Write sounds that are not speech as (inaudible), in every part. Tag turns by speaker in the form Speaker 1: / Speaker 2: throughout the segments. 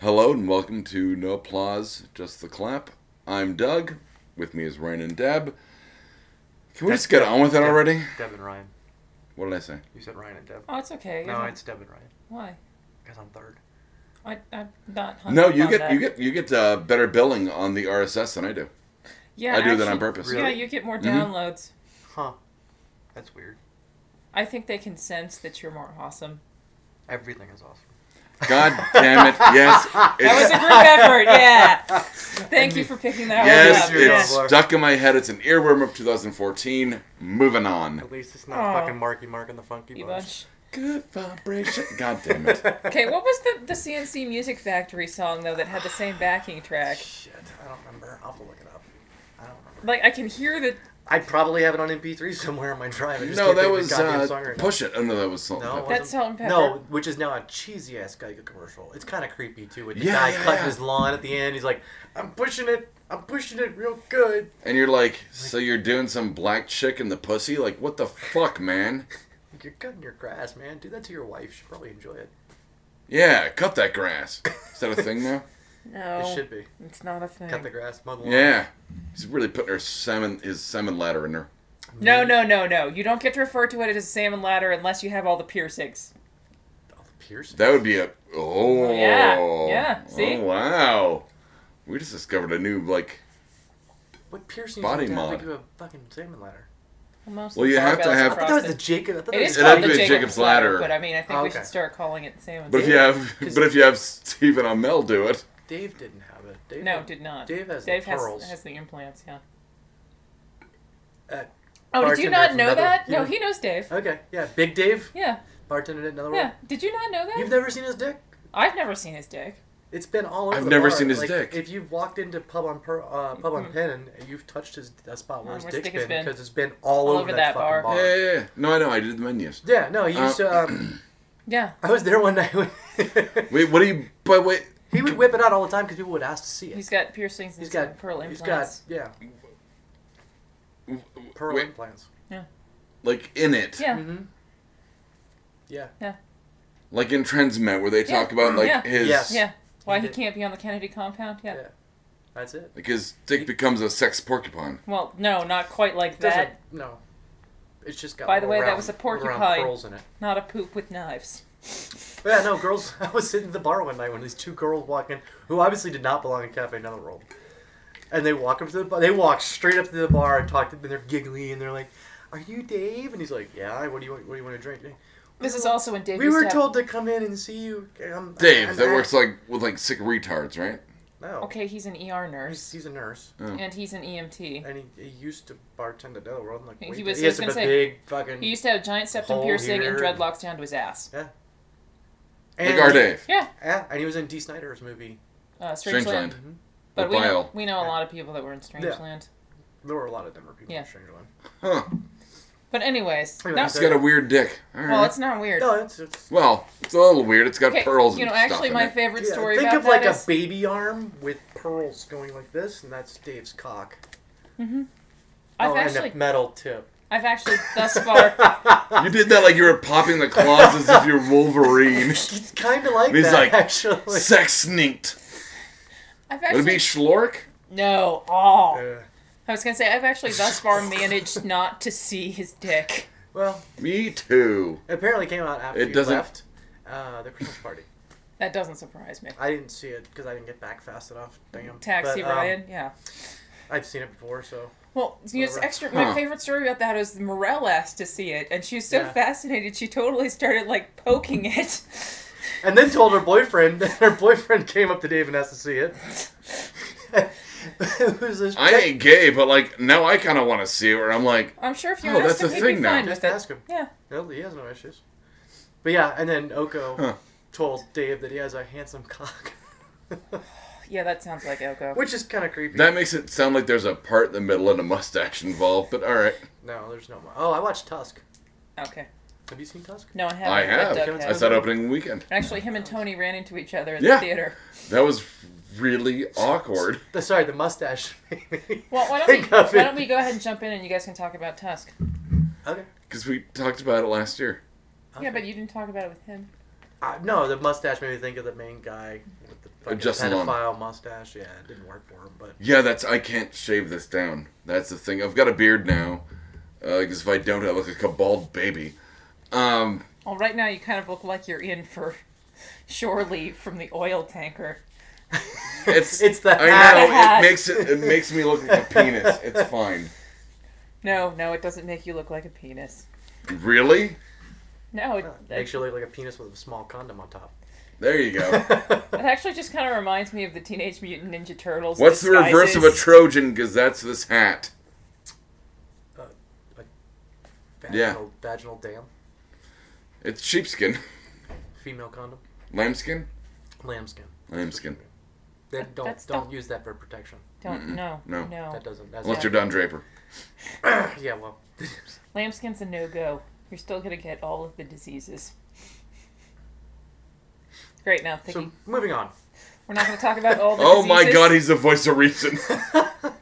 Speaker 1: Hello and welcome to No Applause, Just the Clap. I'm Doug. With me is Ryan and Deb. Can we
Speaker 2: That's
Speaker 1: just get on with it
Speaker 2: Deb-
Speaker 1: already?
Speaker 2: Deb and Ryan.
Speaker 1: What did I say?
Speaker 2: You said Ryan and Deb.
Speaker 3: Oh, it's okay.
Speaker 2: No,
Speaker 3: You're-
Speaker 2: it's Deb and Ryan.
Speaker 3: Why?
Speaker 2: Because I'm third.
Speaker 3: I, I'm not. hung
Speaker 1: No,
Speaker 3: up
Speaker 1: you
Speaker 3: on
Speaker 1: get
Speaker 3: that.
Speaker 1: you get you get uh, better billing on the RSS than I do.
Speaker 3: Yeah,
Speaker 1: I do that on
Speaker 3: actually-
Speaker 1: purpose.
Speaker 2: Really?
Speaker 3: Yeah, you get more
Speaker 1: Mhm.
Speaker 3: downloads.
Speaker 2: Huh. That's weird.
Speaker 3: I think they can sense that you're more awesome. (laughs)
Speaker 2: Everything is awesome.
Speaker 1: God damn it! Yes,
Speaker 3: That was a
Speaker 1: it's,
Speaker 3: group effort.
Speaker 2: (laughs)
Speaker 3: Yeah. Thank you for picking that
Speaker 1: yes,
Speaker 3: one up.
Speaker 1: it's
Speaker 3: Yeah.
Speaker 2: Laura.
Speaker 1: stuck in my head. It's an earworm of 2014. Moving on.
Speaker 2: At least it's not
Speaker 3: Aw.
Speaker 2: fucking Marky Mark and the Funky (laughs)
Speaker 3: You
Speaker 2: Bunch.
Speaker 3: bunch.
Speaker 1: Good vibration. God damn it!
Speaker 3: Okay, what was the, the CNC Music Factory song though that had the same backing track?
Speaker 2: Shit, I don't remember. I'll have to look it up. I don't remember.
Speaker 3: Like I can hear the
Speaker 2: I probably have it on MP3 (laughs) somewhere on my drive. (laughs) I just
Speaker 1: No,
Speaker 2: can't
Speaker 1: that
Speaker 2: think of the
Speaker 1: was
Speaker 2: goddamn
Speaker 1: uh,
Speaker 2: song right now.
Speaker 1: push it. Oh no, that was Salt and
Speaker 2: No,
Speaker 1: Pepper.
Speaker 2: it
Speaker 3: that salt and pepper.
Speaker 2: No, which is now a cheesy ass Geico commercial. It's kind of creepy too. With the
Speaker 1: Yeah,
Speaker 2: guy
Speaker 1: yeah,
Speaker 2: cutting
Speaker 1: yeah.
Speaker 2: his lawn at the end, he's like, "I'm pushing it, I'm pushing it real good."
Speaker 1: And you're like, so you're doing some black chick in the pussy? Like, what the fuck, man?
Speaker 2: You're cutting your grass, man. Do that to your wife. She'll probably enjoy it.
Speaker 1: Yeah, cut that grass. Is that a thing
Speaker 3: (laughs)
Speaker 1: now?
Speaker 3: No,
Speaker 2: It should be.
Speaker 3: it's not a thing.
Speaker 2: Cut the grass, mud lawn.
Speaker 1: Yeah. He's really putting her salmon, his salmon ladder in her.
Speaker 3: No, no, no, no. You don't get to refer to it as a salmon ladder unless you have all the piercings.
Speaker 2: All the piercing.
Speaker 1: That would be a. Oh.
Speaker 3: Yeah, yeah, see?
Speaker 1: Oh, wow. We just discovered a new, like.
Speaker 2: What piercing?
Speaker 1: Body
Speaker 2: Body mod.
Speaker 1: mod.
Speaker 2: To a fucking salmon ladder.
Speaker 3: Most
Speaker 1: Well, you have to
Speaker 3: barbells
Speaker 1: have-
Speaker 2: I
Speaker 1: I
Speaker 2: thought
Speaker 3: across
Speaker 2: that was
Speaker 3: the-
Speaker 2: the Jacob. I thought
Speaker 3: It is
Speaker 1: It'd
Speaker 3: called
Speaker 1: have
Speaker 3: the
Speaker 1: to be
Speaker 3: Jacob's,
Speaker 1: a Jacob's
Speaker 3: ladder,
Speaker 1: ladder.
Speaker 3: but I mean, I think
Speaker 2: Oh,
Speaker 3: we
Speaker 2: okay.
Speaker 3: should start calling it Sam.
Speaker 1: But if you have, (laughs) but if you have Stephen Amell do it,
Speaker 2: Dave didn't have it. Dave
Speaker 3: no, did not.
Speaker 2: Dave has
Speaker 3: Dave
Speaker 2: the
Speaker 3: has,
Speaker 2: pearls.
Speaker 3: has the implants. Yeah.
Speaker 2: Uh,
Speaker 3: Oh, did
Speaker 2: bartender
Speaker 3: you not
Speaker 2: from
Speaker 3: know
Speaker 2: another-
Speaker 3: that? No,
Speaker 2: yeah.
Speaker 3: he knows Dave.
Speaker 2: Okay, yeah, Big Dave,
Speaker 3: Yeah,
Speaker 2: bartender at another
Speaker 3: yeah.
Speaker 2: one.
Speaker 3: Did you not know that?
Speaker 2: You've never seen his dick.
Speaker 3: I've never seen his dick.
Speaker 2: It's been all over.
Speaker 1: I've
Speaker 2: the
Speaker 1: never
Speaker 2: bar.
Speaker 1: seen his
Speaker 2: Like,
Speaker 1: dick.
Speaker 2: If you've walked into pub on per, uh, pub on Penn and you've touched his a spot where
Speaker 3: Mm-hmm. Oh,
Speaker 2: his
Speaker 3: where his
Speaker 2: dick's
Speaker 3: dick has
Speaker 2: been
Speaker 3: been.
Speaker 2: because it's been all, over, that, fucking bar.
Speaker 1: yeah, yeah, yeah. No, I know. I did the menus.
Speaker 2: Yeah, no, he used
Speaker 1: Uh,
Speaker 2: to. Um, (laughs)
Speaker 3: Yeah.
Speaker 2: I was there one night. When (laughs)
Speaker 1: Wait, what do you? But wait,
Speaker 2: he would whip it out all the time because people would ask to see it.
Speaker 3: He's got piercings. and
Speaker 2: He's got
Speaker 3: pearl
Speaker 2: He's
Speaker 3: implants.
Speaker 2: got yeah, pearl
Speaker 1: wait,
Speaker 2: implants.
Speaker 1: like in it,
Speaker 3: Yeah.
Speaker 2: Mm-hmm. Yeah.
Speaker 1: like in Transmet, where they
Speaker 3: Yeah.
Speaker 1: talk about like
Speaker 3: Yeah.
Speaker 1: his,
Speaker 2: Yes.
Speaker 3: Yeah. Why
Speaker 2: He
Speaker 3: he
Speaker 2: did.
Speaker 3: can't be on the Kennedy compound? Yeah.
Speaker 2: Yeah. That's it.
Speaker 1: like his dick becomes a sex porcupine.
Speaker 3: Well, no, not quite like that.
Speaker 2: Doesn't- no. It's just got.
Speaker 3: By the
Speaker 2: little
Speaker 3: way, that
Speaker 2: round-
Speaker 3: was a
Speaker 2: little round
Speaker 3: porcupine.
Speaker 2: Pearls in it.
Speaker 3: Not a poop with knives.
Speaker 2: But yeah, no, girls. (laughs) I was sitting at the bar one night when these two girls walk in, who obviously did not belong in Cafe Another World, and they walk up to the bar. They walk straight up to the bar and talk to. And they're giggly and they're like, "Are you Dave?" And he's like, "Yeah. What do you want? What do you want to drink?"
Speaker 3: This is also when Dave
Speaker 2: We
Speaker 3: used
Speaker 2: were
Speaker 3: to have-
Speaker 2: told to come in and see you. Um,
Speaker 1: Dave,
Speaker 2: and
Speaker 1: that
Speaker 2: I-
Speaker 1: works like with like sick retards, right?
Speaker 2: No.
Speaker 3: Okay, he's an ER
Speaker 2: He's,
Speaker 3: nurse
Speaker 2: he's a nurse,
Speaker 3: and he's an EMT.
Speaker 2: and he, he used to bartend at Another World. and, Like
Speaker 3: He
Speaker 2: wait,
Speaker 3: was-
Speaker 2: he
Speaker 3: I
Speaker 2: has
Speaker 3: was
Speaker 2: a
Speaker 3: gonna say,
Speaker 2: big fucking.
Speaker 3: He used to have giant septum
Speaker 2: Hole
Speaker 3: piercing and
Speaker 2: here.
Speaker 3: dreadlocks down to his ass.
Speaker 1: Like our
Speaker 2: he-
Speaker 1: Dave.
Speaker 3: Yeah,
Speaker 2: Yeah, and he was in D. Snyder's movie.
Speaker 3: uh,
Speaker 1: Strangeland.
Speaker 3: Strangeland. But
Speaker 1: The
Speaker 3: we know,
Speaker 1: bile.
Speaker 3: we know a lot of people that were in Strangeland.
Speaker 2: There were a lot of Denver people
Speaker 3: Yeah.
Speaker 2: in Strangerland.
Speaker 1: Huh.
Speaker 3: But anyways,
Speaker 2: Wait,
Speaker 3: no,
Speaker 2: wait,
Speaker 1: It's got a weird dick. All right.
Speaker 3: well, it's not weird.
Speaker 2: No, it's, it's
Speaker 1: Well, it's a little weird. It's got
Speaker 3: Okay,
Speaker 1: pearls
Speaker 3: you
Speaker 1: and
Speaker 3: know,
Speaker 1: stuff.
Speaker 3: actually,
Speaker 1: in
Speaker 3: my
Speaker 1: it.
Speaker 3: favorite
Speaker 2: yeah,
Speaker 3: story
Speaker 2: think
Speaker 3: about
Speaker 2: of like
Speaker 3: that
Speaker 2: a
Speaker 3: is-
Speaker 2: baby arm with pearls going like this, and that's Dave's cock.
Speaker 3: I've
Speaker 2: oh,
Speaker 3: actually,
Speaker 2: and a metal tip. (laughs)
Speaker 3: I've actually thus far,
Speaker 1: You did that like you were popping the claws as if
Speaker 3: (laughs)
Speaker 1: you're Wolverine.
Speaker 2: It's kind of like
Speaker 1: He's
Speaker 2: that,
Speaker 1: like, (laughs)
Speaker 2: actually.
Speaker 1: Sex sneaked.
Speaker 3: I've
Speaker 1: Would it be
Speaker 3: actually
Speaker 1: Schlork?
Speaker 3: no. Oh,
Speaker 2: Uh,
Speaker 3: I was gonna say I've actually thus
Speaker 2: (laughs)
Speaker 3: far managed not to see his dick.
Speaker 2: well,
Speaker 1: Me too.
Speaker 2: it apparently came out after
Speaker 1: It
Speaker 2: you
Speaker 1: doesn't-
Speaker 2: left uh, the Christmas party.
Speaker 3: That doesn't surprise me.
Speaker 2: I didn't see it because I didn't get back fast enough. Damn.
Speaker 3: Taxi
Speaker 2: But, um,
Speaker 3: Ryan, yeah.
Speaker 2: I've seen it before, so
Speaker 3: Well, you know, it's
Speaker 2: Whatever.
Speaker 3: extra. My
Speaker 1: Huh.
Speaker 3: favorite story about that is Morel asked to see it, and she was so
Speaker 2: Yeah.
Speaker 3: fascinated she totally started like poking it. (laughs)
Speaker 2: and then told her boyfriend. (laughs) Then her boyfriend came up to Dave and asked to see it. (laughs) it was this
Speaker 1: I ain't gay, but like now I kind of want to see it. Where I'm like,
Speaker 3: I'm sure if you
Speaker 1: Oh, that's
Speaker 3: asked him,
Speaker 1: a
Speaker 3: he'd
Speaker 1: thing
Speaker 3: be
Speaker 1: now.
Speaker 3: fine
Speaker 2: Just
Speaker 3: with
Speaker 2: ask
Speaker 3: it.
Speaker 2: him.
Speaker 3: Yeah.
Speaker 2: No, he has no issues. But yeah, and then Oko
Speaker 1: Huh.
Speaker 2: told Dave that he has a handsome cock, (laughs)
Speaker 3: Yeah, that sounds like Elko.
Speaker 2: which is kind of creepy.
Speaker 1: that makes it sound like there's a part in the middle and a mustache involved. But all right,
Speaker 2: No, there's no. Oh, I watched Tusk.
Speaker 3: Okay.
Speaker 2: Have you seen Tusk?
Speaker 3: No, I haven't.
Speaker 1: I
Speaker 3: but
Speaker 1: have.
Speaker 3: Doug
Speaker 2: Kevin
Speaker 1: I
Speaker 3: has.
Speaker 1: saw it opening weekend.
Speaker 3: Actually, him and Tony ran into each other in
Speaker 1: Yeah.
Speaker 3: the theater.
Speaker 1: That was really awkward.
Speaker 2: The, sorry, the mustache. (laughs) okay.
Speaker 3: Well, why don't,
Speaker 2: Think
Speaker 3: we,
Speaker 2: of
Speaker 3: why
Speaker 2: it.
Speaker 3: don't we go ahead and jump in and you guys can talk about Tusk?
Speaker 1: Because we talked about it last year.
Speaker 3: Yeah, but you didn't talk about it with him.
Speaker 2: Uh, no, the mustache made me think of the main guy with the fucking
Speaker 1: Justin
Speaker 2: pedophile
Speaker 1: Long.
Speaker 2: mustache. Yeah, it didn't work for him, but
Speaker 1: Yeah, that's I can't shave this down. That's the thing. I've got a beard now. Uh, because if I don't, I look like a bald baby. Um,
Speaker 3: Well, right now you kind of look like you're in for (laughs) shore leave from the oil tanker.
Speaker 1: it's
Speaker 2: (laughs) It's the
Speaker 1: I
Speaker 2: hat.
Speaker 1: know
Speaker 3: The hat.
Speaker 1: it makes it it makes me look like a penis. It's fine.
Speaker 3: No, no, it doesn't make you look like a penis.
Speaker 1: Really?
Speaker 3: No, it,
Speaker 2: uh,
Speaker 3: that-
Speaker 2: makes you look like a penis with a small condom on top.
Speaker 1: There you go.
Speaker 3: that actually just kind of reminds me of the Teenage Mutant Ninja Turtles.
Speaker 1: What's the reverse of a
Speaker 3: disguises.
Speaker 1: Trojan? Because that's this hat.
Speaker 2: Vaginal, vaginal dam,
Speaker 1: It's sheepskin,
Speaker 2: female condom,
Speaker 1: lambskin,
Speaker 2: lambskin.
Speaker 1: lambskin.
Speaker 2: Then don't
Speaker 3: that's
Speaker 2: don't
Speaker 3: not-
Speaker 2: use that for protection.
Speaker 3: Don't no
Speaker 1: no.
Speaker 3: no.
Speaker 2: That doesn't. That's
Speaker 1: Unless you're Don Draper.
Speaker 2: (clears throat) yeah, well,
Speaker 3: Lambskin's a no go. You're still gonna get all of the diseases. Great. Now thinking
Speaker 2: so moving on.
Speaker 3: we're not gonna talk about all the.
Speaker 1: Oh my
Speaker 3: diseases.
Speaker 1: God, he's the voice of reason.
Speaker 3: (laughs)
Speaker 1: (laughs)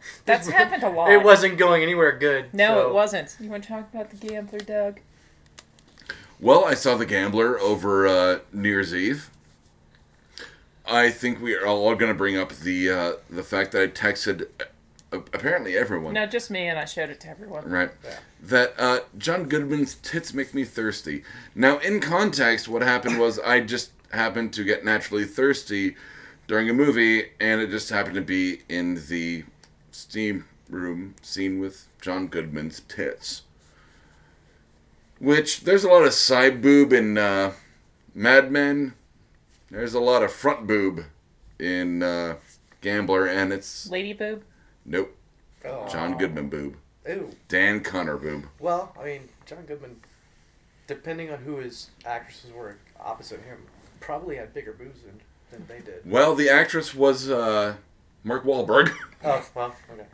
Speaker 2: (laughs)
Speaker 3: That's happened a lot.
Speaker 2: It wasn't going anywhere good.
Speaker 3: No,
Speaker 2: so-
Speaker 3: it wasn't. You want to talk about the gambler, Doug?
Speaker 1: Well, I saw The Gambler over uh, New Year's Eve. I think we are all going to bring up the uh, the fact that I texted uh, apparently everyone,
Speaker 3: No, just me, and I showed it to everyone.
Speaker 1: right? That uh, John Goodman's tits make me thirsty. Now, in context, what happened was I just happened to get naturally thirsty during a movie, and it just happened to be in the steam room scene with John Goodman's tits. Which there's a lot of side boob in uh, Mad Men. There's a lot of front boob in uh, Gambler, and it's
Speaker 3: Lady boob.
Speaker 1: nope.
Speaker 2: Oh.
Speaker 1: John Goodman boob.
Speaker 2: Ew.
Speaker 1: Dan Connor boob.
Speaker 2: Well, I mean, John Goodman, depending on who his actresses were opposite him, probably had bigger boobs than, than they did.
Speaker 1: Well, the actress was uh, Mark Wahlberg. (laughs)
Speaker 2: Oh, well, okay.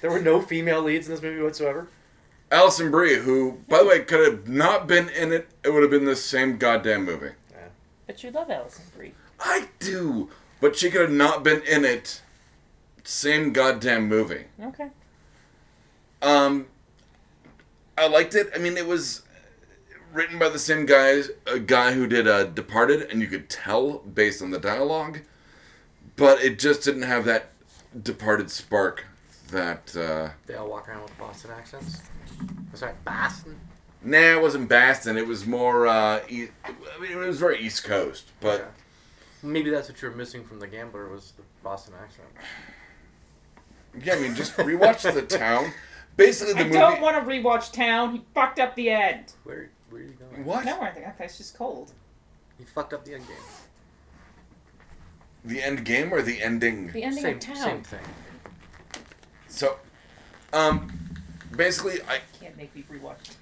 Speaker 2: There were no female leads in this movie whatsoever.
Speaker 1: Allison Brie, who, by the way, could have not been in it. It would have been the same goddamn movie.
Speaker 2: Yeah.
Speaker 3: But you love Allison Brie.
Speaker 1: I do, but she could have not been in it. Same goddamn movie.
Speaker 3: Okay.
Speaker 1: Um, I liked it. I mean, it was written by the same guys, a guy who did uh, Departed, and you could tell based on the dialogue, but it just didn't have that Departed spark that. Uh,
Speaker 2: They all walk around with Boston accents. That's right, Boston.
Speaker 1: Nah, it wasn't Boston. It was more. Uh, e- I mean, it was very East Coast, but
Speaker 2: Okay. Maybe that's what you were missing from The Gambler was the Boston accent.
Speaker 1: yeah, I mean, just rewatch the town. Basically, the
Speaker 3: I
Speaker 1: movie.
Speaker 3: don't want to rewatch Town. He fucked up the end.
Speaker 2: Where, where are you going?
Speaker 1: what
Speaker 3: No, I think that guy's just cold.
Speaker 2: You fucked up the end game.
Speaker 1: the end game or the ending?
Speaker 3: The ending
Speaker 2: Same,
Speaker 3: of Town.
Speaker 2: same thing.
Speaker 1: So, um, basically, I
Speaker 3: Can't make me rewatch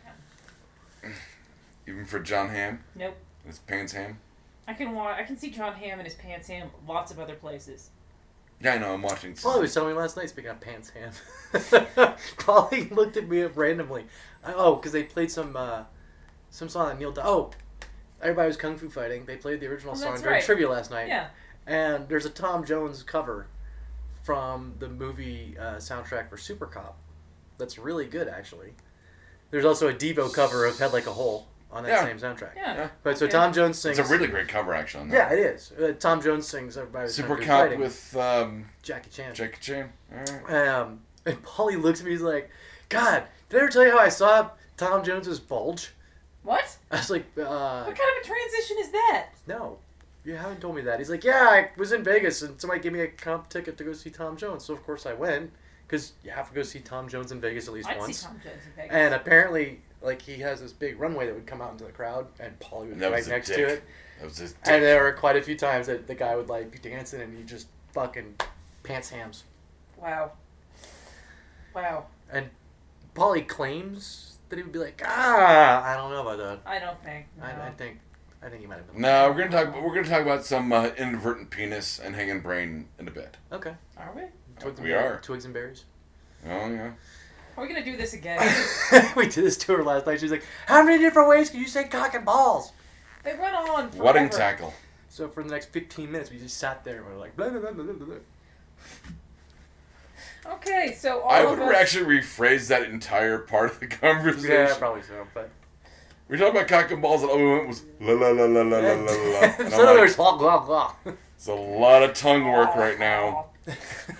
Speaker 3: Town.
Speaker 1: even for John Ham,
Speaker 3: Nope.
Speaker 1: his pants ham.
Speaker 3: I can watch. I can see John Hamm and his pants ham lots of other places.
Speaker 1: Yeah, I know. I'm watching.
Speaker 2: Paulie was telling me last night, speaking of pants (laughs) ham, Polly looked at me up randomly. I- Oh, because they played some uh, some song that Neil. Di- oh, everybody was kung fu fighting. They played the original
Speaker 3: Oh,
Speaker 2: song
Speaker 3: that's
Speaker 2: during
Speaker 3: right.
Speaker 2: trivia last night.
Speaker 3: Yeah.
Speaker 2: And there's a Tom Jones cover from the movie uh, soundtrack for Super Cop. That's really good, actually. There's also a Devo cover of Head Like a Hole on that
Speaker 1: Yeah.
Speaker 2: same soundtrack.
Speaker 3: Yeah.
Speaker 2: But so
Speaker 3: Yeah.
Speaker 2: Tom Jones
Speaker 1: It's
Speaker 2: sings.
Speaker 1: a really great cover, actually. On that.
Speaker 2: yeah, it is. Uh, Tom Jones sings. Everybody was
Speaker 1: Super
Speaker 2: Kung Fu
Speaker 1: Cop
Speaker 2: Fighting.
Speaker 1: with um,
Speaker 2: Jackie Chan.
Speaker 1: Jackie Chan. All right.
Speaker 2: Um, and Polly looks at me. He's like, "God, did I ever tell you how I saw Tom Jones's bulge?"
Speaker 3: What?
Speaker 2: I was like, uh,
Speaker 3: What kind of a transition is that?
Speaker 2: "No, you haven't told me that." He's like, "Yeah, I was in Vegas, and somebody gave me a comp ticket to go see Tom Jones. So of course I went, because you have to go see Tom Jones in Vegas at least
Speaker 3: I'd
Speaker 2: once."
Speaker 3: see Tom Jones in Vegas.
Speaker 2: and apparently, like he has this big runway that would come out into the crowd, and Polly was
Speaker 1: And that
Speaker 2: right
Speaker 1: was a
Speaker 2: next
Speaker 1: dick.
Speaker 2: to it.
Speaker 1: That was his.
Speaker 2: And uh, there were quite a few times that the guy would like be dancing, and he just fucking pants hams.
Speaker 3: wow. Wow.
Speaker 2: And Polly claims that he would be like, ah, I don't know about that.
Speaker 3: I don't think. No.
Speaker 2: I, I think, I think he might have been.
Speaker 1: No, we're gonna talk. We're gonna talk about some uh, inadvertent penis and hanging brain in a bit.
Speaker 2: Okay.
Speaker 3: Are we?
Speaker 2: Twigs and
Speaker 1: We
Speaker 2: berries-
Speaker 1: are.
Speaker 2: twigs and berries.
Speaker 1: Oh yeah.
Speaker 3: Are we gonna do this again?
Speaker 2: (laughs) we did this to her last night. She's like, "How many different ways can you say cock and balls?"
Speaker 3: They run on forever.
Speaker 1: Wedding tackle.
Speaker 2: So for the next fifteen minutes, we just sat there and we were like, blah, blah, blah, blah, blah, blah.
Speaker 3: Okay, so all
Speaker 1: I
Speaker 3: of
Speaker 1: would
Speaker 3: us.
Speaker 1: actually rephrase that entire part of the (laughs) conversation.
Speaker 2: probably so. But
Speaker 1: We talked about cock and balls, and all we went was la la la la la la la la. la.
Speaker 2: so
Speaker 3: (laughs)
Speaker 1: And I'm like,
Speaker 2: there's blah blah blah.
Speaker 1: It's a lot of tongue work right now.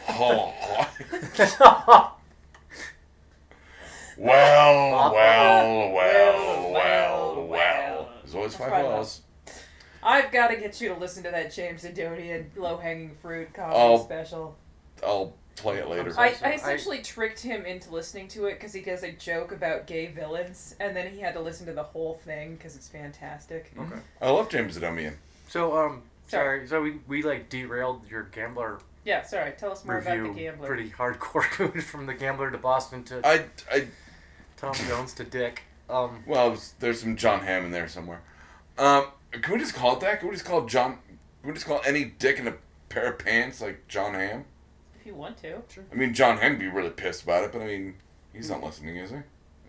Speaker 1: Oh. (laughs) well, well, well, well, well. There's always five wells.
Speaker 3: I've got to get you to listen to that James Adonian low hanging fruit comedy
Speaker 1: Oh.
Speaker 3: special.
Speaker 1: I'll play it later.
Speaker 3: I,
Speaker 2: so
Speaker 3: I
Speaker 2: I-
Speaker 3: essentially tricked him into listening to it because he does a joke about gay villains, and then he had to listen to the whole thing because it's fantastic.
Speaker 1: Okay. I love James Adomian.
Speaker 2: (laughs) So um, sorry.
Speaker 3: Sorry.
Speaker 2: So we, we like derailed your gambler
Speaker 3: Yeah, sorry. Tell us more
Speaker 2: review
Speaker 3: about the gambler.
Speaker 2: pretty hardcore. (laughs) going from the gambler to Boston to
Speaker 1: I, I,
Speaker 2: Tom Jones to Dick. Um,
Speaker 1: well, it's- there's some John Hamm in there somewhere. Um, can we just call it that? Can we just call John? Can we just call any dick in a pair of pants like John Hamm?
Speaker 3: If you want to.
Speaker 1: I mean, John Hamm would be really pissed about it, but I mean, he's not listening, is he?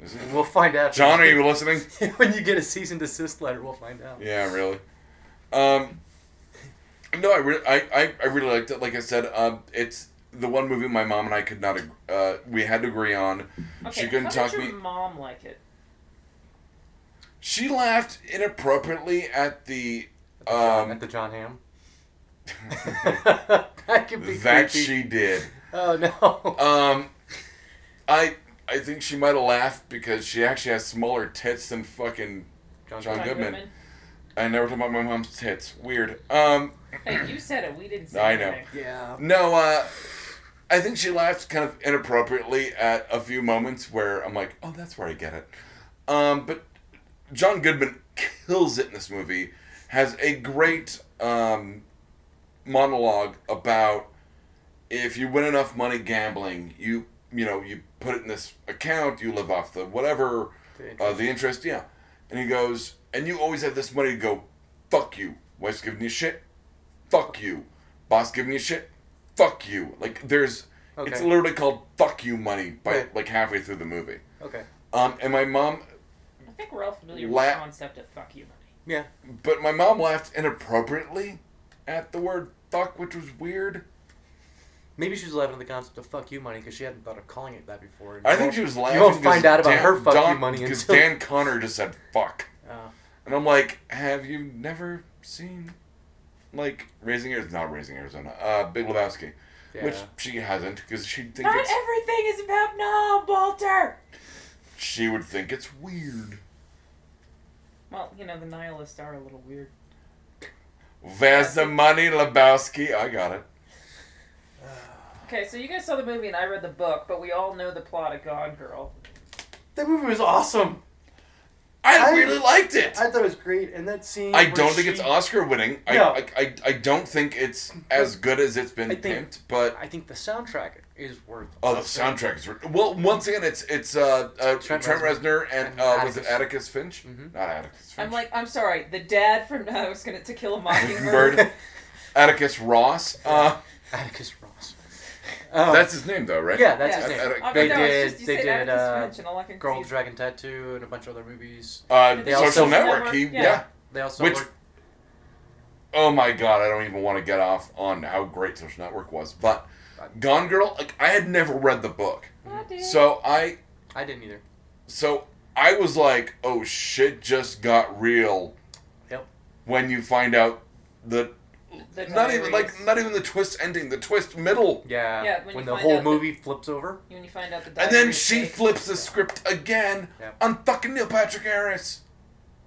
Speaker 1: Is he?
Speaker 2: we'll find out.
Speaker 1: John, are you
Speaker 2: (laughs)
Speaker 1: listening?
Speaker 2: when you get a cease and desist letter, we'll find out.
Speaker 1: Yeah, really. Um, no, I, re- I, I, I really liked it. Like I said, um, it's the one movie my mom and I could not, ag- uh, we had to agree on.
Speaker 3: Okay,
Speaker 1: she couldn't
Speaker 3: how
Speaker 1: talk
Speaker 3: did
Speaker 1: me.
Speaker 3: your mom like it?
Speaker 1: She laughed inappropriately at the,
Speaker 2: at
Speaker 1: um,
Speaker 2: the
Speaker 1: (laughs)
Speaker 2: John Ham. that could be
Speaker 1: that
Speaker 2: creepy.
Speaker 1: she did.
Speaker 2: Oh no.
Speaker 1: Um, I, I think she might have laughed because she actually has smaller tits than fucking. John
Speaker 3: John
Speaker 1: Goodman. I never talk about my mom's tits. Weird. Um,
Speaker 3: Hey, you said it. We
Speaker 1: (laughs)
Speaker 3: didn't say
Speaker 1: I know.
Speaker 3: anything.
Speaker 2: Yeah.
Speaker 1: No, uh, I think she laughed kind of inappropriately at a few moments where I'm like, oh, that's where I get it. Um, but John Goodman kills it in this movie. Has a great um, monologue about if you win enough money gambling, you you know you put it in this account, you live off the whatever
Speaker 2: The
Speaker 1: uh, the interest, yeah. And he goes, and you always have this money to go, fuck you. Wife's giving you shit, fuck you. Boss giving you shit, fuck you. Like there's, it's
Speaker 2: Okay.
Speaker 1: literally called "fuck you" money by
Speaker 2: Right.
Speaker 1: like halfway through the movie.
Speaker 2: Okay.
Speaker 1: Um, and my mom,
Speaker 3: I think we're all familiar
Speaker 1: La-
Speaker 3: with the concept of fuck you money.
Speaker 2: Yeah.
Speaker 1: but my mom laughed inappropriately at the word "fuck," which was weird.
Speaker 2: Maybe she was laughing at the concept of "fuck you, money" because she hadn't thought of calling it that before.
Speaker 1: I think she was laughing.
Speaker 2: won't find out about her fuck you money
Speaker 1: because
Speaker 2: until-
Speaker 1: Dan Connor just said "fuck,"
Speaker 2: Uh,
Speaker 1: and I'm like, have you never seen, like, Raising Arizona? Not Raising Arizona. Uh, Big Lebowski,
Speaker 2: yeah.
Speaker 1: which she hasn't because she think
Speaker 3: Not
Speaker 1: it's
Speaker 3: everything is about no, Walter.
Speaker 1: she would think it's weird.
Speaker 3: Well, you know the nihilists are a little weird.
Speaker 1: Where's the money, Lebowski? I got it.
Speaker 3: Okay, so you guys saw the movie and I read the book, but we all know the plot of Gone Girl.
Speaker 2: that movie was awesome.
Speaker 1: I,
Speaker 2: I-
Speaker 1: really liked it.
Speaker 2: I thought it was great, and that scene.
Speaker 1: I
Speaker 2: where
Speaker 1: don't think
Speaker 2: she-
Speaker 1: it's Oscar winning. I,
Speaker 2: No.
Speaker 1: I, I, I don't think it's as good as it's been
Speaker 2: I think-
Speaker 1: pimped, but
Speaker 2: I think the soundtrack is worth.
Speaker 1: oh, the soundtrack is re- well. Once again, it's it's uh, uh Trent,
Speaker 2: Trent
Speaker 1: Reznor and
Speaker 2: and
Speaker 1: uh, was it Atticus
Speaker 2: Atticus.
Speaker 1: Finch?
Speaker 2: Mhm.
Speaker 1: Not Atticus. Finch.
Speaker 3: I'm like, I'm sorry, the dad from (laughs) I was gonna To
Speaker 1: (laughs)
Speaker 3: Kill a Mockingbird.
Speaker 1: Bird. Atticus Ross. Uh,
Speaker 2: (laughs) Atticus Ross. Um,
Speaker 1: (laughs) that's his name though, right?
Speaker 2: yeah, that's his
Speaker 1: Yeah.
Speaker 2: name.
Speaker 1: Attic-
Speaker 3: I mean,
Speaker 1: They
Speaker 3: no, it's
Speaker 2: did-
Speaker 3: Just, you
Speaker 2: they
Speaker 3: said
Speaker 2: did,
Speaker 3: Atticus
Speaker 2: uh,
Speaker 3: Finch, and all I can
Speaker 2: Girl
Speaker 3: see
Speaker 2: with
Speaker 3: is-
Speaker 2: Dragon Tattoo and a bunch of other movies.
Speaker 1: Uh,
Speaker 3: They
Speaker 1: Social
Speaker 2: also-
Speaker 1: Network. He
Speaker 3: Yeah.
Speaker 1: yeah.
Speaker 2: They also
Speaker 1: Which-
Speaker 2: worked-
Speaker 1: oh my god, I don't even want to get off on how great Social Network was. But Gone Girl, like I had never read the book,
Speaker 3: I did.
Speaker 1: so I
Speaker 2: I didn't either.
Speaker 1: so I was like, oh shit, just got real.
Speaker 2: Yep.
Speaker 1: When you find out the,
Speaker 3: The
Speaker 1: not even like
Speaker 3: diaries.
Speaker 1: not even the twist ending, the twist middle,
Speaker 2: Yeah.
Speaker 3: Yeah,
Speaker 2: when
Speaker 3: when you
Speaker 2: the
Speaker 3: find
Speaker 2: whole
Speaker 3: out that-
Speaker 2: movie flips over.
Speaker 3: when you find out the
Speaker 1: and then
Speaker 3: diaries
Speaker 1: she
Speaker 3: fake.
Speaker 1: flips the script again
Speaker 2: Yep.
Speaker 1: on fucking Neil Patrick Harris.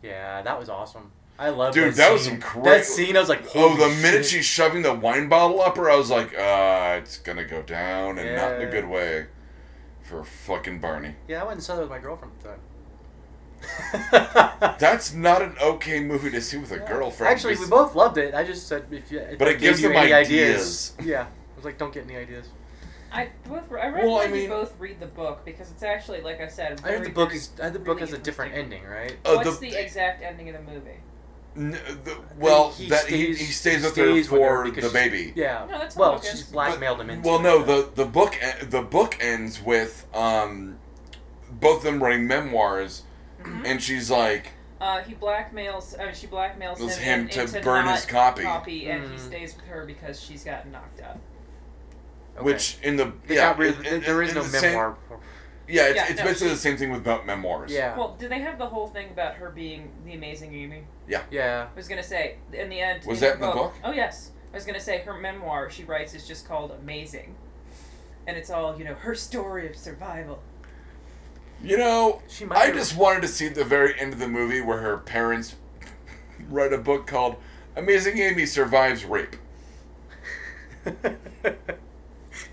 Speaker 2: Yeah, that was awesome. I love
Speaker 1: Dude,
Speaker 2: that,
Speaker 1: that was
Speaker 2: scene.
Speaker 1: some great-
Speaker 2: That scene, I was like,
Speaker 1: Oh, the
Speaker 2: holy
Speaker 1: minute
Speaker 2: shit.
Speaker 1: she's shoving the wine bottle up her, I was like, uh, it's gonna go down and not in a
Speaker 2: Yeah.
Speaker 1: good way for fucking Barney.
Speaker 2: Yeah, I went and saw that with my girlfriend at the time.
Speaker 1: (laughs) That's not an okay movie to see with a girlfriend.
Speaker 2: Actually, we both loved it. I just said, if you, if
Speaker 1: But
Speaker 2: I
Speaker 1: it
Speaker 2: gave
Speaker 1: gives
Speaker 2: you
Speaker 1: them
Speaker 2: any
Speaker 1: ideas.
Speaker 2: Yeah, I was like, don't get any ideas.
Speaker 3: I both. I
Speaker 1: Well, I
Speaker 3: recommend
Speaker 1: mean-
Speaker 3: you both read the book because it's actually, like I said,
Speaker 2: I heard
Speaker 3: very
Speaker 2: the book
Speaker 3: good-
Speaker 2: is. I heard the book has
Speaker 3: really
Speaker 2: a different
Speaker 3: interesting.
Speaker 2: ending, right?
Speaker 1: Uh,
Speaker 3: What's
Speaker 1: the-
Speaker 3: the, exact ending of the movie?
Speaker 1: N- uh, the, well,
Speaker 2: He
Speaker 1: that
Speaker 2: stays-
Speaker 1: he, he stays with
Speaker 2: stays
Speaker 1: her
Speaker 2: with
Speaker 1: for
Speaker 2: her because
Speaker 1: the
Speaker 2: she-
Speaker 1: baby.
Speaker 2: Yeah.
Speaker 3: No, that's
Speaker 2: well,
Speaker 3: not okay.
Speaker 2: she's blackmailed him into.
Speaker 1: Well,
Speaker 2: it,
Speaker 1: no,
Speaker 2: though.
Speaker 1: the the book e- the book ends with um, both of them writing memoirs,
Speaker 3: Mm-hmm.
Speaker 1: and she's like,
Speaker 3: Uh, he blackmails. Uh, she blackmails
Speaker 1: Was
Speaker 3: him,
Speaker 1: him to
Speaker 3: into
Speaker 1: burn
Speaker 3: not
Speaker 1: his copy.
Speaker 3: and he
Speaker 2: Mm.
Speaker 3: stays with her because she's gotten knocked up.
Speaker 2: Okay.
Speaker 1: which in the
Speaker 2: They
Speaker 1: yeah,
Speaker 2: got rid of-
Speaker 1: in- in-
Speaker 2: there is
Speaker 1: in
Speaker 2: no
Speaker 1: the same-
Speaker 2: memoir.
Speaker 1: yeah, it's,
Speaker 3: Yeah,
Speaker 1: it's
Speaker 3: no,
Speaker 1: basically
Speaker 3: she-
Speaker 1: the same thing with about memoirs.
Speaker 2: Yeah.
Speaker 3: Well, do they have the whole thing about her being the amazing Amy?
Speaker 2: yeah.
Speaker 3: I was gonna say in the end.
Speaker 1: Was
Speaker 3: in
Speaker 1: that
Speaker 3: her
Speaker 1: in the book?
Speaker 3: Oh yes, I was gonna say her memoir she writes is just called Amazing, and it's all you know her story of survival.
Speaker 1: You know,
Speaker 2: She might
Speaker 1: I
Speaker 2: be-
Speaker 1: just wanted to see the very end of the movie where her parents (laughs) write a book called Amazing Amy Survives Rape.
Speaker 2: (laughs)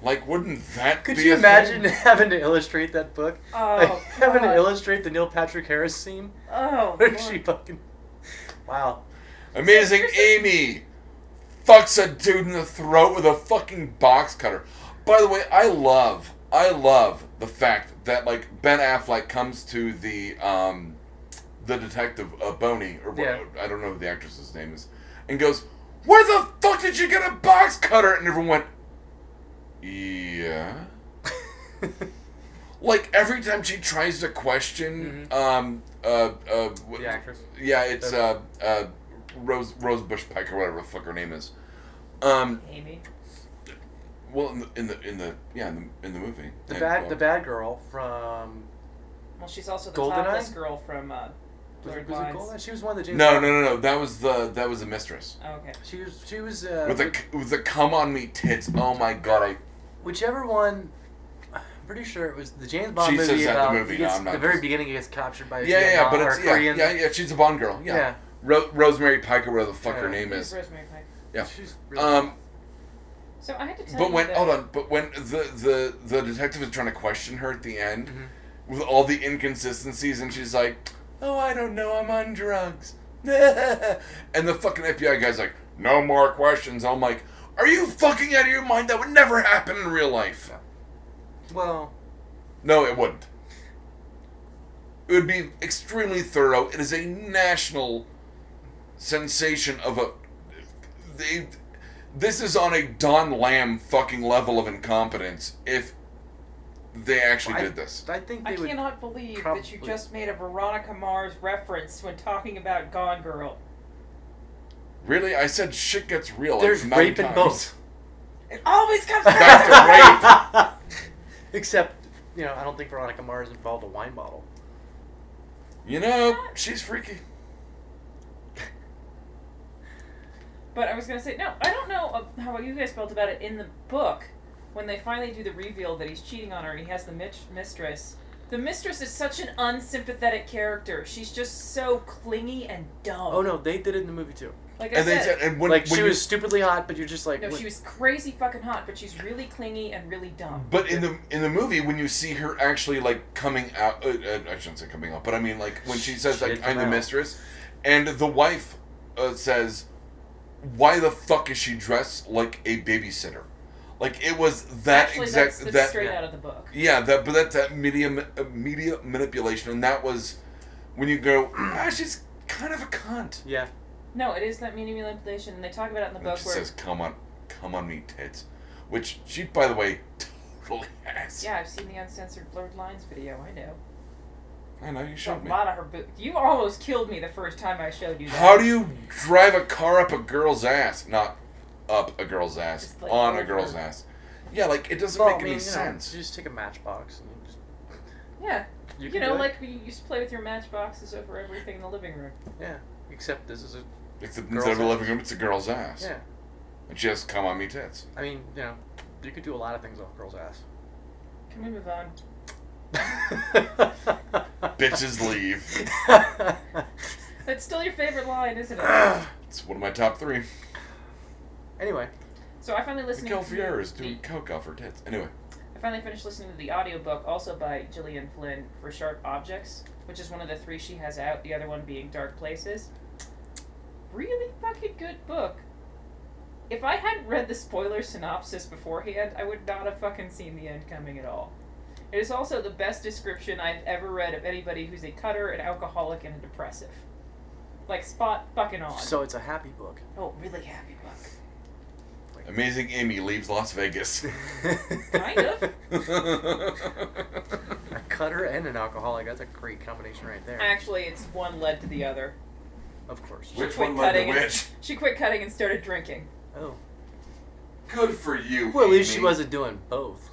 Speaker 1: Like, wouldn't that
Speaker 2: Could
Speaker 1: be
Speaker 2: you
Speaker 1: a
Speaker 2: imagine (laughs)
Speaker 1: thing?
Speaker 2: having to illustrate that book? (laughs) Like,
Speaker 3: Oh,
Speaker 2: having to
Speaker 3: God.
Speaker 2: illustrate the Neil Patrick Harris scene? (laughs)
Speaker 3: oh,
Speaker 2: Where
Speaker 3: Lord.
Speaker 2: she fucking. Wow.
Speaker 1: Amazing Amy fucks a dude in the throat with a fucking box cutter. By the way, I love, I love the fact that like Ben Affleck comes to the um, the detective uh, Boney or what,
Speaker 2: Yeah.
Speaker 1: I don't know what the actress's name is, and goes, "Where the fuck did you get a box cutter?" And everyone went, "Yeah." Like every time she tries to question, um, uh, uh, wh-
Speaker 2: Mm-hmm. The actress.
Speaker 1: yeah, it's uh, uh, Rose Rose Bush Peck or whatever the fuck her name is. Um,
Speaker 3: Amy.
Speaker 1: well, in the in the, in the yeah in the, in the movie, uh,
Speaker 2: The
Speaker 1: Yeah,
Speaker 2: bad,
Speaker 1: well,
Speaker 2: the bad girl from.
Speaker 3: Well, she's also the
Speaker 2: Goldeneye?
Speaker 3: topless girl from uh,
Speaker 2: Was
Speaker 3: Blurred
Speaker 2: it, was it
Speaker 3: Lines.
Speaker 2: Goldeneye? She was one of the James.
Speaker 1: No,
Speaker 2: Bond-
Speaker 1: no, no, no. That was the that was the mistress
Speaker 3: Oh, okay.
Speaker 2: She was. She was. Uh,
Speaker 1: with the with the come on me tits. Oh my god!
Speaker 2: whichever one. I'm pretty sure it was the James Bond
Speaker 1: She
Speaker 2: movie.
Speaker 1: says that in the
Speaker 2: about,
Speaker 1: movie,
Speaker 2: he gets-
Speaker 1: no, I'm not
Speaker 2: the very
Speaker 1: just-
Speaker 2: beginning, he gets captured by
Speaker 1: I
Speaker 2: a
Speaker 1: yeah, yeah, yeah,
Speaker 2: Vietnam
Speaker 1: but
Speaker 2: or
Speaker 1: it's
Speaker 2: a
Speaker 1: yeah,
Speaker 2: Korean.
Speaker 1: yeah, yeah. She's a Bond girl. Yeah,
Speaker 2: Yeah.
Speaker 1: Ro- Rosemary Pike or whatever the fuck her
Speaker 2: Yeah.
Speaker 1: name is.
Speaker 3: Rosemary Pike.
Speaker 1: Yeah.
Speaker 2: She's really-
Speaker 1: Um,
Speaker 3: So I had to tell
Speaker 1: But
Speaker 3: you
Speaker 1: when
Speaker 3: that-
Speaker 1: hold on, but when the the the detective is trying to question her at the end
Speaker 2: Mhm.
Speaker 1: with all the inconsistencies, and she's like, "Oh, I don't know, I'm on drugs," (laughs) and the fucking FBI guy's like, "No more questions." I'm like, "Are you fucking out of your mind? That would never happen in real life."
Speaker 2: well,
Speaker 1: No, it wouldn't. It would be extremely thorough. It is a national sensation of a. They, this is on a Don Lamb fucking level of incompetence if they actually
Speaker 2: I,
Speaker 1: did this.
Speaker 2: I think they
Speaker 3: I
Speaker 2: would.
Speaker 3: cannot believe that
Speaker 2: probably-
Speaker 3: you just made a Veronica Mars reference when talking about Gone Girl.
Speaker 1: Really? I said shit gets real. like,
Speaker 2: There's
Speaker 1: nine
Speaker 2: rape in
Speaker 1: times.
Speaker 2: both.
Speaker 3: It always comes
Speaker 2: (laughs)
Speaker 1: Back
Speaker 3: back.
Speaker 1: to rape.
Speaker 2: Except, you know, I don't think Veronica Mars involved a wine bottle.
Speaker 1: You know, she's freaky.
Speaker 3: But I was gonna say no. I don't know uh, how you guys felt about it in the book when they finally do the reveal that he's cheating on her and he has the mit- mistress. The mistress is such an unsympathetic character. She's just so clingy and dumb.
Speaker 2: Oh no, they did it in the movie too.
Speaker 3: Like I
Speaker 1: And they
Speaker 3: said,
Speaker 1: said, and when,
Speaker 2: like
Speaker 1: when
Speaker 2: she
Speaker 1: you-
Speaker 2: was stupidly hot, but you're just like,
Speaker 3: no,
Speaker 2: what-
Speaker 3: she was crazy fucking hot, but she's really clingy and really dumb.
Speaker 1: But in the in the movie, when you see her actually like coming out, uh, uh, I shouldn't say coming out, but I mean like when she says
Speaker 2: She did
Speaker 1: like I'm
Speaker 2: come
Speaker 1: the
Speaker 2: out.
Speaker 1: mistress, and the wife uh, says, "Why the fuck is she dressed like a babysitter?" Like it was that
Speaker 3: Actually,
Speaker 1: exact
Speaker 3: that's, that's
Speaker 1: that
Speaker 3: straight out of the book.
Speaker 1: yeah that but that's that media uh, media manipulation, and that was when you go, (clears throat) ah, she's kind of a cunt.
Speaker 2: yeah,
Speaker 3: No, it is that media manipulation, and they talk about it in the
Speaker 1: And
Speaker 3: book
Speaker 1: she
Speaker 3: where
Speaker 1: says, "Come on, come on me tits," which she by the way (laughs) totally has.
Speaker 3: yeah, I've seen the uncensored blurred lines video. I know.
Speaker 1: I know you
Speaker 3: It's a
Speaker 1: showed me.
Speaker 3: lot of her boob. You almost killed me the first time I showed you that.
Speaker 1: How do you drive a car up a girl's ass? Not up a girl's ass,
Speaker 3: Just, like,
Speaker 1: on a
Speaker 3: over.
Speaker 1: girl's ass. Yeah, like it doesn't
Speaker 2: Well,
Speaker 1: make
Speaker 2: I
Speaker 1: any
Speaker 2: mean, you know,
Speaker 1: sense.
Speaker 2: you just take a matchbox. And just,
Speaker 3: Yeah. You,
Speaker 2: can
Speaker 3: know,
Speaker 2: do it.
Speaker 3: like you used to play with your matchboxes over everything in the living room.
Speaker 2: yeah. Except this is a
Speaker 1: Except
Speaker 2: girl's
Speaker 1: instead of a
Speaker 2: ass.
Speaker 1: living room, it's a girl's ass.
Speaker 2: yeah.
Speaker 1: And she has to come on me tits.
Speaker 2: I mean, you know, you could do a lot of things off a girl's ass.
Speaker 3: Can we move on?
Speaker 1: (laughs) Bitches
Speaker 2: (laughs)
Speaker 1: leave.
Speaker 3: That's still your favorite line, isn't it?
Speaker 1: It's one of my top three.
Speaker 2: anyway,
Speaker 3: so I finally listened
Speaker 1: Miguel
Speaker 3: to
Speaker 1: Fiera is
Speaker 3: the-
Speaker 1: doing coke off her tits. Anyway,
Speaker 3: I finally finished listening to the audiobook, also by Gillian Flynn, for Sharp Objects, which is one of the three she has out, the other one being Dark Places. Really fucking good book. If I hadn't read the spoiler synopsis beforehand, I would not have fucking seen the end coming at all. It is also the best description I've ever read of anybody who's a cutter, an alcoholic, and a depressive. Like, spot fucking on.
Speaker 2: so it's a happy book.
Speaker 3: oh, really happy book.
Speaker 1: Amazing Amy leaves Las Vegas.
Speaker 2: (laughs)
Speaker 3: Kind of.
Speaker 2: A cutter and an alcoholic. That's a great combination right there.
Speaker 3: Actually, it's one led to the other.
Speaker 2: Of course.
Speaker 3: She
Speaker 1: Which
Speaker 3: quit
Speaker 1: one led to
Speaker 3: cutting and-
Speaker 1: which?
Speaker 3: She quit cutting and started drinking.
Speaker 2: Oh.
Speaker 1: Good for you.
Speaker 2: Well, at least she
Speaker 1: Amy.
Speaker 2: wasn't doing both.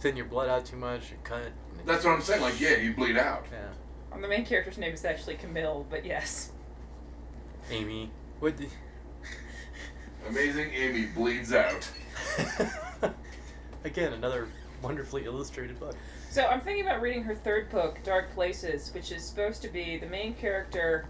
Speaker 2: Thin your blood out too much, you cut. and then-
Speaker 1: That's what I'm saying. Like, yeah, you bleed out.
Speaker 2: Yeah.
Speaker 3: Um, the main character's name is actually Camille, but yes.
Speaker 2: Amy. What the,
Speaker 1: Amazing Amy bleeds out.
Speaker 2: (laughs) Again, another wonderfully illustrated book.
Speaker 3: So I'm thinking about reading her third book, Dark Places, which is supposed to be the main character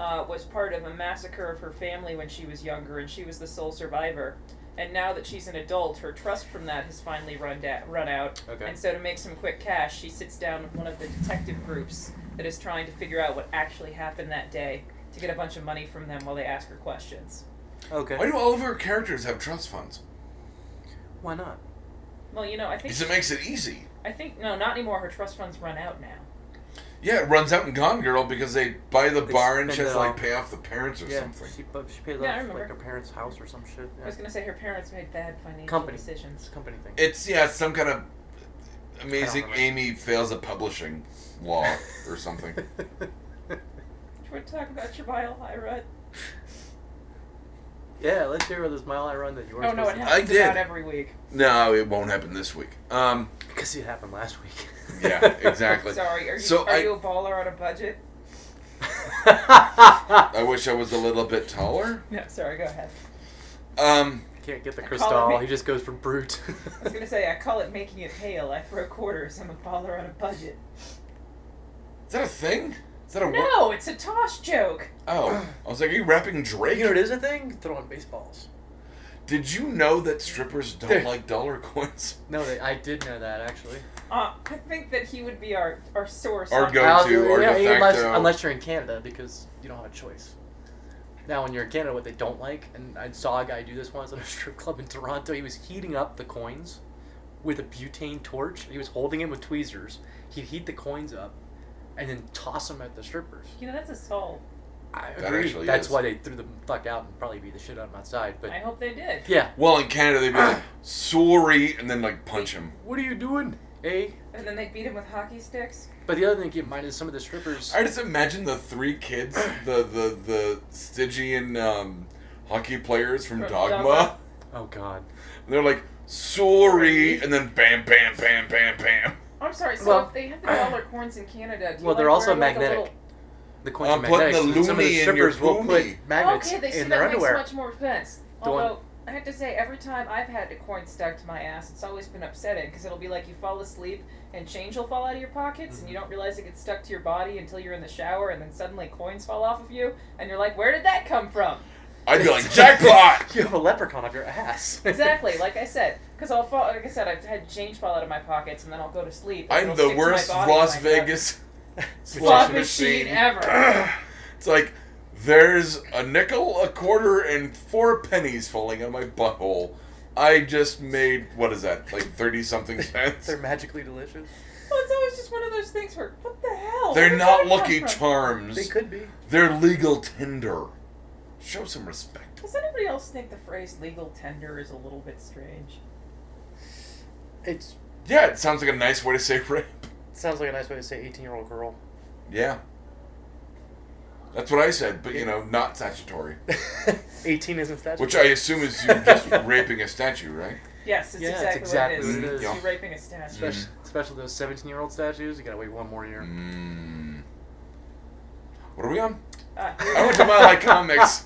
Speaker 3: uh, was part of a massacre of her family when she was younger, and she was the sole survivor. And now that she's an adult, her trust from that has finally run da- run out.
Speaker 2: Okay.
Speaker 3: And so to make some quick cash, she sits down with one of the detective groups that is trying to figure out what actually happened that day to get a bunch of money from them while they ask her questions.
Speaker 2: Okay.
Speaker 1: Why do all of her characters have trust funds?
Speaker 2: Why not?
Speaker 3: Well, you know, I think
Speaker 1: Because it makes it easy.
Speaker 3: I think no, not anymore. Her trust funds run out now.
Speaker 1: Yeah, it runs out in Gone Girl because they buy the
Speaker 2: They
Speaker 1: bar and she
Speaker 2: spend
Speaker 1: has to
Speaker 2: it
Speaker 1: like
Speaker 2: all.
Speaker 1: pay off the parents or
Speaker 2: yeah,
Speaker 1: something.
Speaker 2: she but she paid
Speaker 3: Yeah, I
Speaker 2: off
Speaker 3: remember.
Speaker 2: like her parents' house or some shit.
Speaker 3: I
Speaker 2: Yeah.
Speaker 3: was gonna say her parents made bad financial
Speaker 2: Company. It's
Speaker 3: decisions.
Speaker 2: a company
Speaker 1: (laughs)
Speaker 2: thing.
Speaker 1: It's yeah, it's some kind of amazing
Speaker 2: remember.
Speaker 1: Amy fails a publishing law or something.
Speaker 3: Do you want to talk about your mile high run?
Speaker 2: (laughs) yeah, let's hear about this mile I run that you were
Speaker 3: Oh no,
Speaker 1: happened.
Speaker 3: it
Speaker 2: supposed
Speaker 3: happens
Speaker 1: I did.
Speaker 3: about every week.
Speaker 1: No, it won't happen this week. Um,
Speaker 2: to because it happened last week.
Speaker 1: Yeah,
Speaker 2: (laughs)
Speaker 1: exactly.
Speaker 3: Sorry, are you
Speaker 1: So
Speaker 3: are
Speaker 1: I-
Speaker 3: you a baller on a budget?
Speaker 1: I wish I was a little bit taller.
Speaker 3: No, sorry, go ahead.
Speaker 1: Um,
Speaker 2: Can't get the
Speaker 3: Call
Speaker 2: crystal.
Speaker 3: me.
Speaker 2: He just goes for brute. (laughs)
Speaker 3: I was gonna say I call it making it hail. I throw quarters. I'm a baller on a budget.
Speaker 1: is that a thing? Is that a wo-
Speaker 3: No, it's a toss joke.
Speaker 1: Oh, I was like, are you rapping Drake?
Speaker 2: you know, it is a thing. Throwing baseballs.
Speaker 1: Did you know that strippers
Speaker 2: There-
Speaker 1: don't like dollar coins?
Speaker 2: No, they, I did know that actually.
Speaker 3: Uh, I think that he would be our our source.
Speaker 1: Our
Speaker 3: on-
Speaker 1: go-
Speaker 2: Well,
Speaker 1: to or de
Speaker 2: unless,
Speaker 1: facto.
Speaker 2: unless you're in Canada because you don't have a choice. Now, when you're in Canada, what they don't like, and I saw a guy do this once at a (laughs) strip club in Toronto. He was heating up the coins with a butane torch. He was holding it with tweezers. He'd heat the coins up and then toss them at the strippers.
Speaker 3: You know that's assault.
Speaker 2: I
Speaker 1: That
Speaker 2: agree.
Speaker 1: actually
Speaker 2: That's
Speaker 1: is.
Speaker 2: why they threw the fuck out and probably beat the shit out of him outside. But
Speaker 3: I hope they did.
Speaker 2: yeah,
Speaker 1: Well, in Canada,
Speaker 2: (sighs)
Speaker 1: they'd be like, sorry, and then like punch him.
Speaker 2: what are you doing, eh?
Speaker 3: And then they beat him with hockey sticks.
Speaker 2: But the other thing to keep in mind is some of the strippers.
Speaker 1: I just imagine the three kids, the the the Stygian um, hockey players from
Speaker 3: From
Speaker 1: Dogma.
Speaker 3: Dogma.
Speaker 2: Oh God.
Speaker 1: And (laughs) they're like, sorry, and then bam, bam, bam, bam, bam.
Speaker 3: I'm sorry. So
Speaker 2: Well-
Speaker 3: if they have the dollar coins in Canada, do you
Speaker 2: Well, they're
Speaker 3: like
Speaker 2: also
Speaker 3: wear, like, a
Speaker 2: magnetic.
Speaker 3: little-
Speaker 2: The coins
Speaker 1: I'm
Speaker 2: are magnetic.
Speaker 1: putting the
Speaker 2: so some of the
Speaker 1: loonie in your
Speaker 2: strippers will put
Speaker 1: boonie.
Speaker 2: magnets
Speaker 3: okay, they see
Speaker 2: in
Speaker 3: that
Speaker 2: their underwear.
Speaker 1: (laughs)
Speaker 3: makes much more sense.
Speaker 2: The one-
Speaker 3: Although I have to say, every time I've had a coin stuck to my ass, it's always been upsetting because it'll be like you fall asleep and change will fall out of your pockets, and you
Speaker 2: Mm-hmm.
Speaker 3: don't realize it gets stuck to your body until you're in the shower, and then suddenly coins fall off of you, and you're like, "Where did that
Speaker 2: (laughs)
Speaker 3: come from?"
Speaker 1: I'd be like, jackpot!
Speaker 2: you have a leprechaun up your ass. (laughs)
Speaker 3: Exactly, like I said, because I'll fall. Like I said, I've had change fall out of my pockets, and then I'll go to sleep. and
Speaker 1: I'm
Speaker 3: it'll
Speaker 1: the
Speaker 3: stick to my
Speaker 1: worst
Speaker 3: body, and
Speaker 1: Las
Speaker 3: I go,
Speaker 1: Vegas
Speaker 3: slot
Speaker 1: slot
Speaker 3: machine
Speaker 1: machine (laughs)
Speaker 3: ever.
Speaker 1: It's like, there's a nickel, a quarter, and four pennies falling out of my butthole. I just made, what is that, like 30
Speaker 3: (laughs)
Speaker 1: something cents?
Speaker 2: They're magically delicious.
Speaker 3: Well, it's always just one of those things where, what the hell? Oh, Where
Speaker 1: They're
Speaker 3: did
Speaker 1: not
Speaker 3: that come
Speaker 1: Lucky
Speaker 3: from?
Speaker 2: They
Speaker 1: Charms.
Speaker 2: could be.
Speaker 1: They're legal tender. Show some respect.
Speaker 3: Does anybody else think the phrase legal tender is a little bit strange?
Speaker 2: It's
Speaker 1: Yeah, it sounds like a nice way to say (laughs) rape.
Speaker 2: sounds like a nice way to say 18 year old girl. (laughs)
Speaker 1: Yeah. That's what I said, but you know, not statutory.
Speaker 2: 18 isn't that.
Speaker 1: Which I assume is you just raping a statue, right?
Speaker 3: Yes, it's
Speaker 2: Yeah, it's exactly
Speaker 3: exactly, what it is.
Speaker 1: what it is.
Speaker 3: You're raping a statue.
Speaker 1: Mm.
Speaker 2: Especially, especially those 17 year old statues. You gotta wait one more year.
Speaker 1: Mm. What are we on?
Speaker 3: Uh,
Speaker 1: I went to My
Speaker 2: (laughs)
Speaker 1: Like Comics.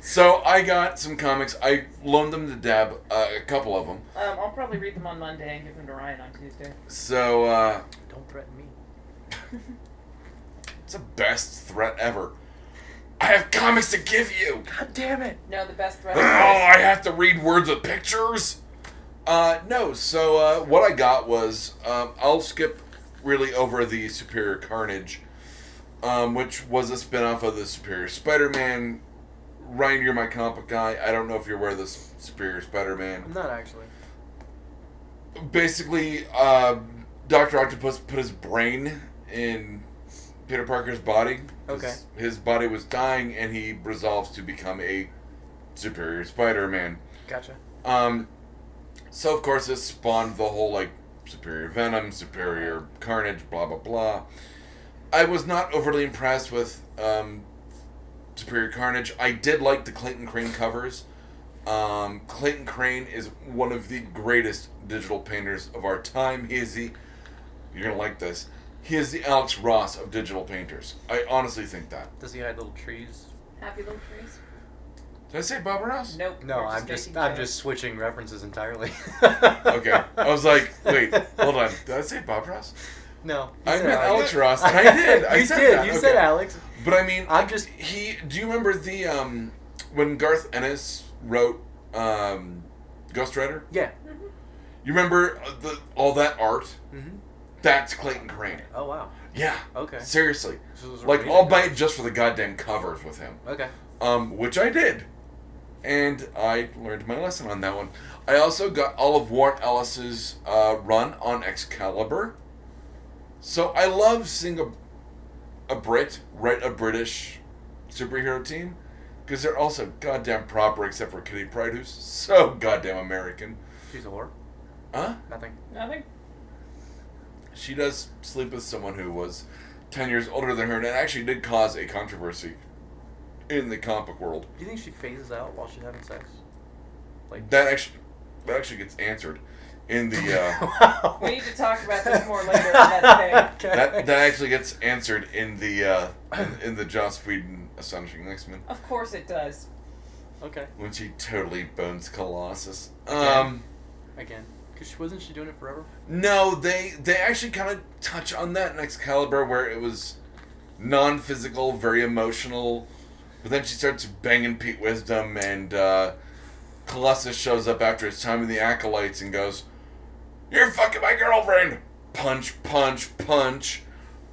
Speaker 1: So I got some comics. I loaned them to Deb, uh, a couple of them.
Speaker 3: um, I'll probably read them on Monday and give them to Ryan on Tuesday.
Speaker 1: So uh,
Speaker 2: Don't threaten me.
Speaker 1: it's the best threat ever. I have comics to give you.
Speaker 2: God damn it.
Speaker 3: No, the best
Speaker 1: oh,
Speaker 3: threat.
Speaker 1: I have to read words with pictures. Uh, no. So uh, what I got was um, I'll skip really over the Superior Carnage, um, which was a spinoff of the Superior Spider-Man. Ryan, you're my comic guy. I don't know if you're aware of this Superior
Speaker 2: I'm
Speaker 1: Spider-Man.
Speaker 2: not actually.
Speaker 1: Basically, uh, Doctor Octopus put his brain in Peter Parker's body. 'cause
Speaker 2: Okay.
Speaker 1: His body was dying, and he resolves to become a Superior Spider-Man.
Speaker 2: Gotcha.
Speaker 1: Um, so of course this spawned the whole like superior venom, superior carnage, blah blah blah. I was not overly impressed with um, superior carnage. I did like the Clayton Crane covers. Um, Clayton Crane is one of the greatest digital painters of our time. He is the you're gonna like this. He is the Alex Ross of digital painters. I honestly think that.
Speaker 2: Does he hide little trees?
Speaker 3: Happy little trees.
Speaker 1: Did I say Bob Ross?
Speaker 3: Nope.
Speaker 2: No,
Speaker 3: we're
Speaker 2: I'm just
Speaker 3: making
Speaker 2: I'm
Speaker 3: jokes.
Speaker 2: just switching references entirely.
Speaker 1: (laughs) Okay. I was like, wait, hold on. Did I say Bob Ross?
Speaker 2: No, you
Speaker 1: I
Speaker 2: said
Speaker 1: meant Alex Ross, and I
Speaker 2: (laughs)
Speaker 1: did. I
Speaker 2: you
Speaker 1: said
Speaker 2: did.
Speaker 1: that.
Speaker 2: You
Speaker 1: Okay.
Speaker 2: said Alex.
Speaker 1: But I mean,
Speaker 2: I'm just-
Speaker 1: he. Do you remember the um when Garth Ennis wrote um Ghost Rider?
Speaker 2: Yeah.
Speaker 1: You remember uh, the all that art?
Speaker 2: Mm-hmm.
Speaker 1: That's Clayton Crane.
Speaker 2: Oh wow.
Speaker 1: Yeah.
Speaker 2: Okay.
Speaker 1: Seriously.
Speaker 2: So those are
Speaker 1: Like
Speaker 2: really
Speaker 1: all
Speaker 2: good.
Speaker 1: by just for the goddamn covers with him.
Speaker 2: Okay.
Speaker 1: um, which I did, and I learned my lesson on that one. I also got all of Warren Ellis's uh, run on Excalibur, so I love seeing a a Brit write a British superhero team because they're also goddamn proper, except for Kitty Pryde, who's so goddamn American.
Speaker 2: She's a whore.
Speaker 1: Huh?
Speaker 2: Nothing.
Speaker 3: Nothing.
Speaker 1: She does sleep with someone who was ten years older than her, and it actually did cause a controversy in the comic book world.
Speaker 2: Do you think she phases out while she's having sex? Like
Speaker 1: That actually that actually gets answered in the
Speaker 2: (laughs)
Speaker 1: uh,
Speaker 2: wow.
Speaker 3: We need to talk about this more later in
Speaker 2: (laughs)
Speaker 3: that
Speaker 2: thing.
Speaker 1: that that actually gets answered in the uh, in, in the Joss Whedon Astonishing X-Men
Speaker 3: Of course it does.
Speaker 2: okay.
Speaker 1: when she totally bones Colossus.
Speaker 2: Again?
Speaker 1: Um,
Speaker 2: Again, because she wasn't she doing it forever?
Speaker 1: no, they they actually kind of touch on that in Excalibur where it was non-physical, very emotional, but then she starts banging Pete Wisdom and uh, Colossus shows up after it's time in the acolytes and goes, "You're fucking my girlfriend." Punch, punch, punch.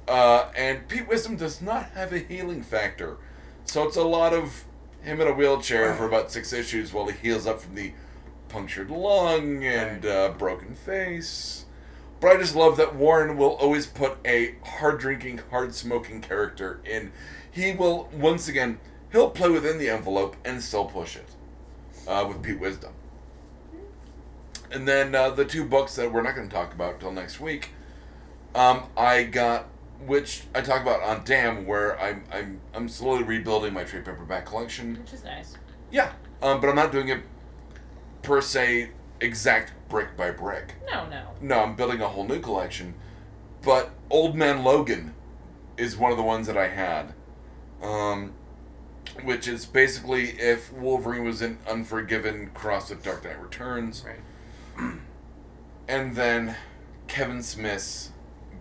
Speaker 1: Uh, and Pete Wisdom does not have a healing factor. So it's a lot of him in a wheelchair for about six issues while he heals up from the punctured lung and uh, broken face. But I just love that Warren will always put a hard drinking, hard smoking character in. He will, once again, he'll play within the envelope and still push it uh, with Pete Wisdom. And then uh, the two books that we're not going to talk about till next week, um, I got, which I talk about on Damn, where I'm I'm I'm slowly rebuilding my trade paperback collection.
Speaker 3: Which is nice.
Speaker 1: Yeah, um, but I'm not doing it per se exact brick by brick.
Speaker 3: No, no.
Speaker 1: No, I'm building a whole new collection. But Old Man Logan is one of the ones that I had. Um, which is basically if Wolverine was in Unforgiven crossed with Dark Knight Returns.
Speaker 2: Right.
Speaker 1: And then Kevin Smith's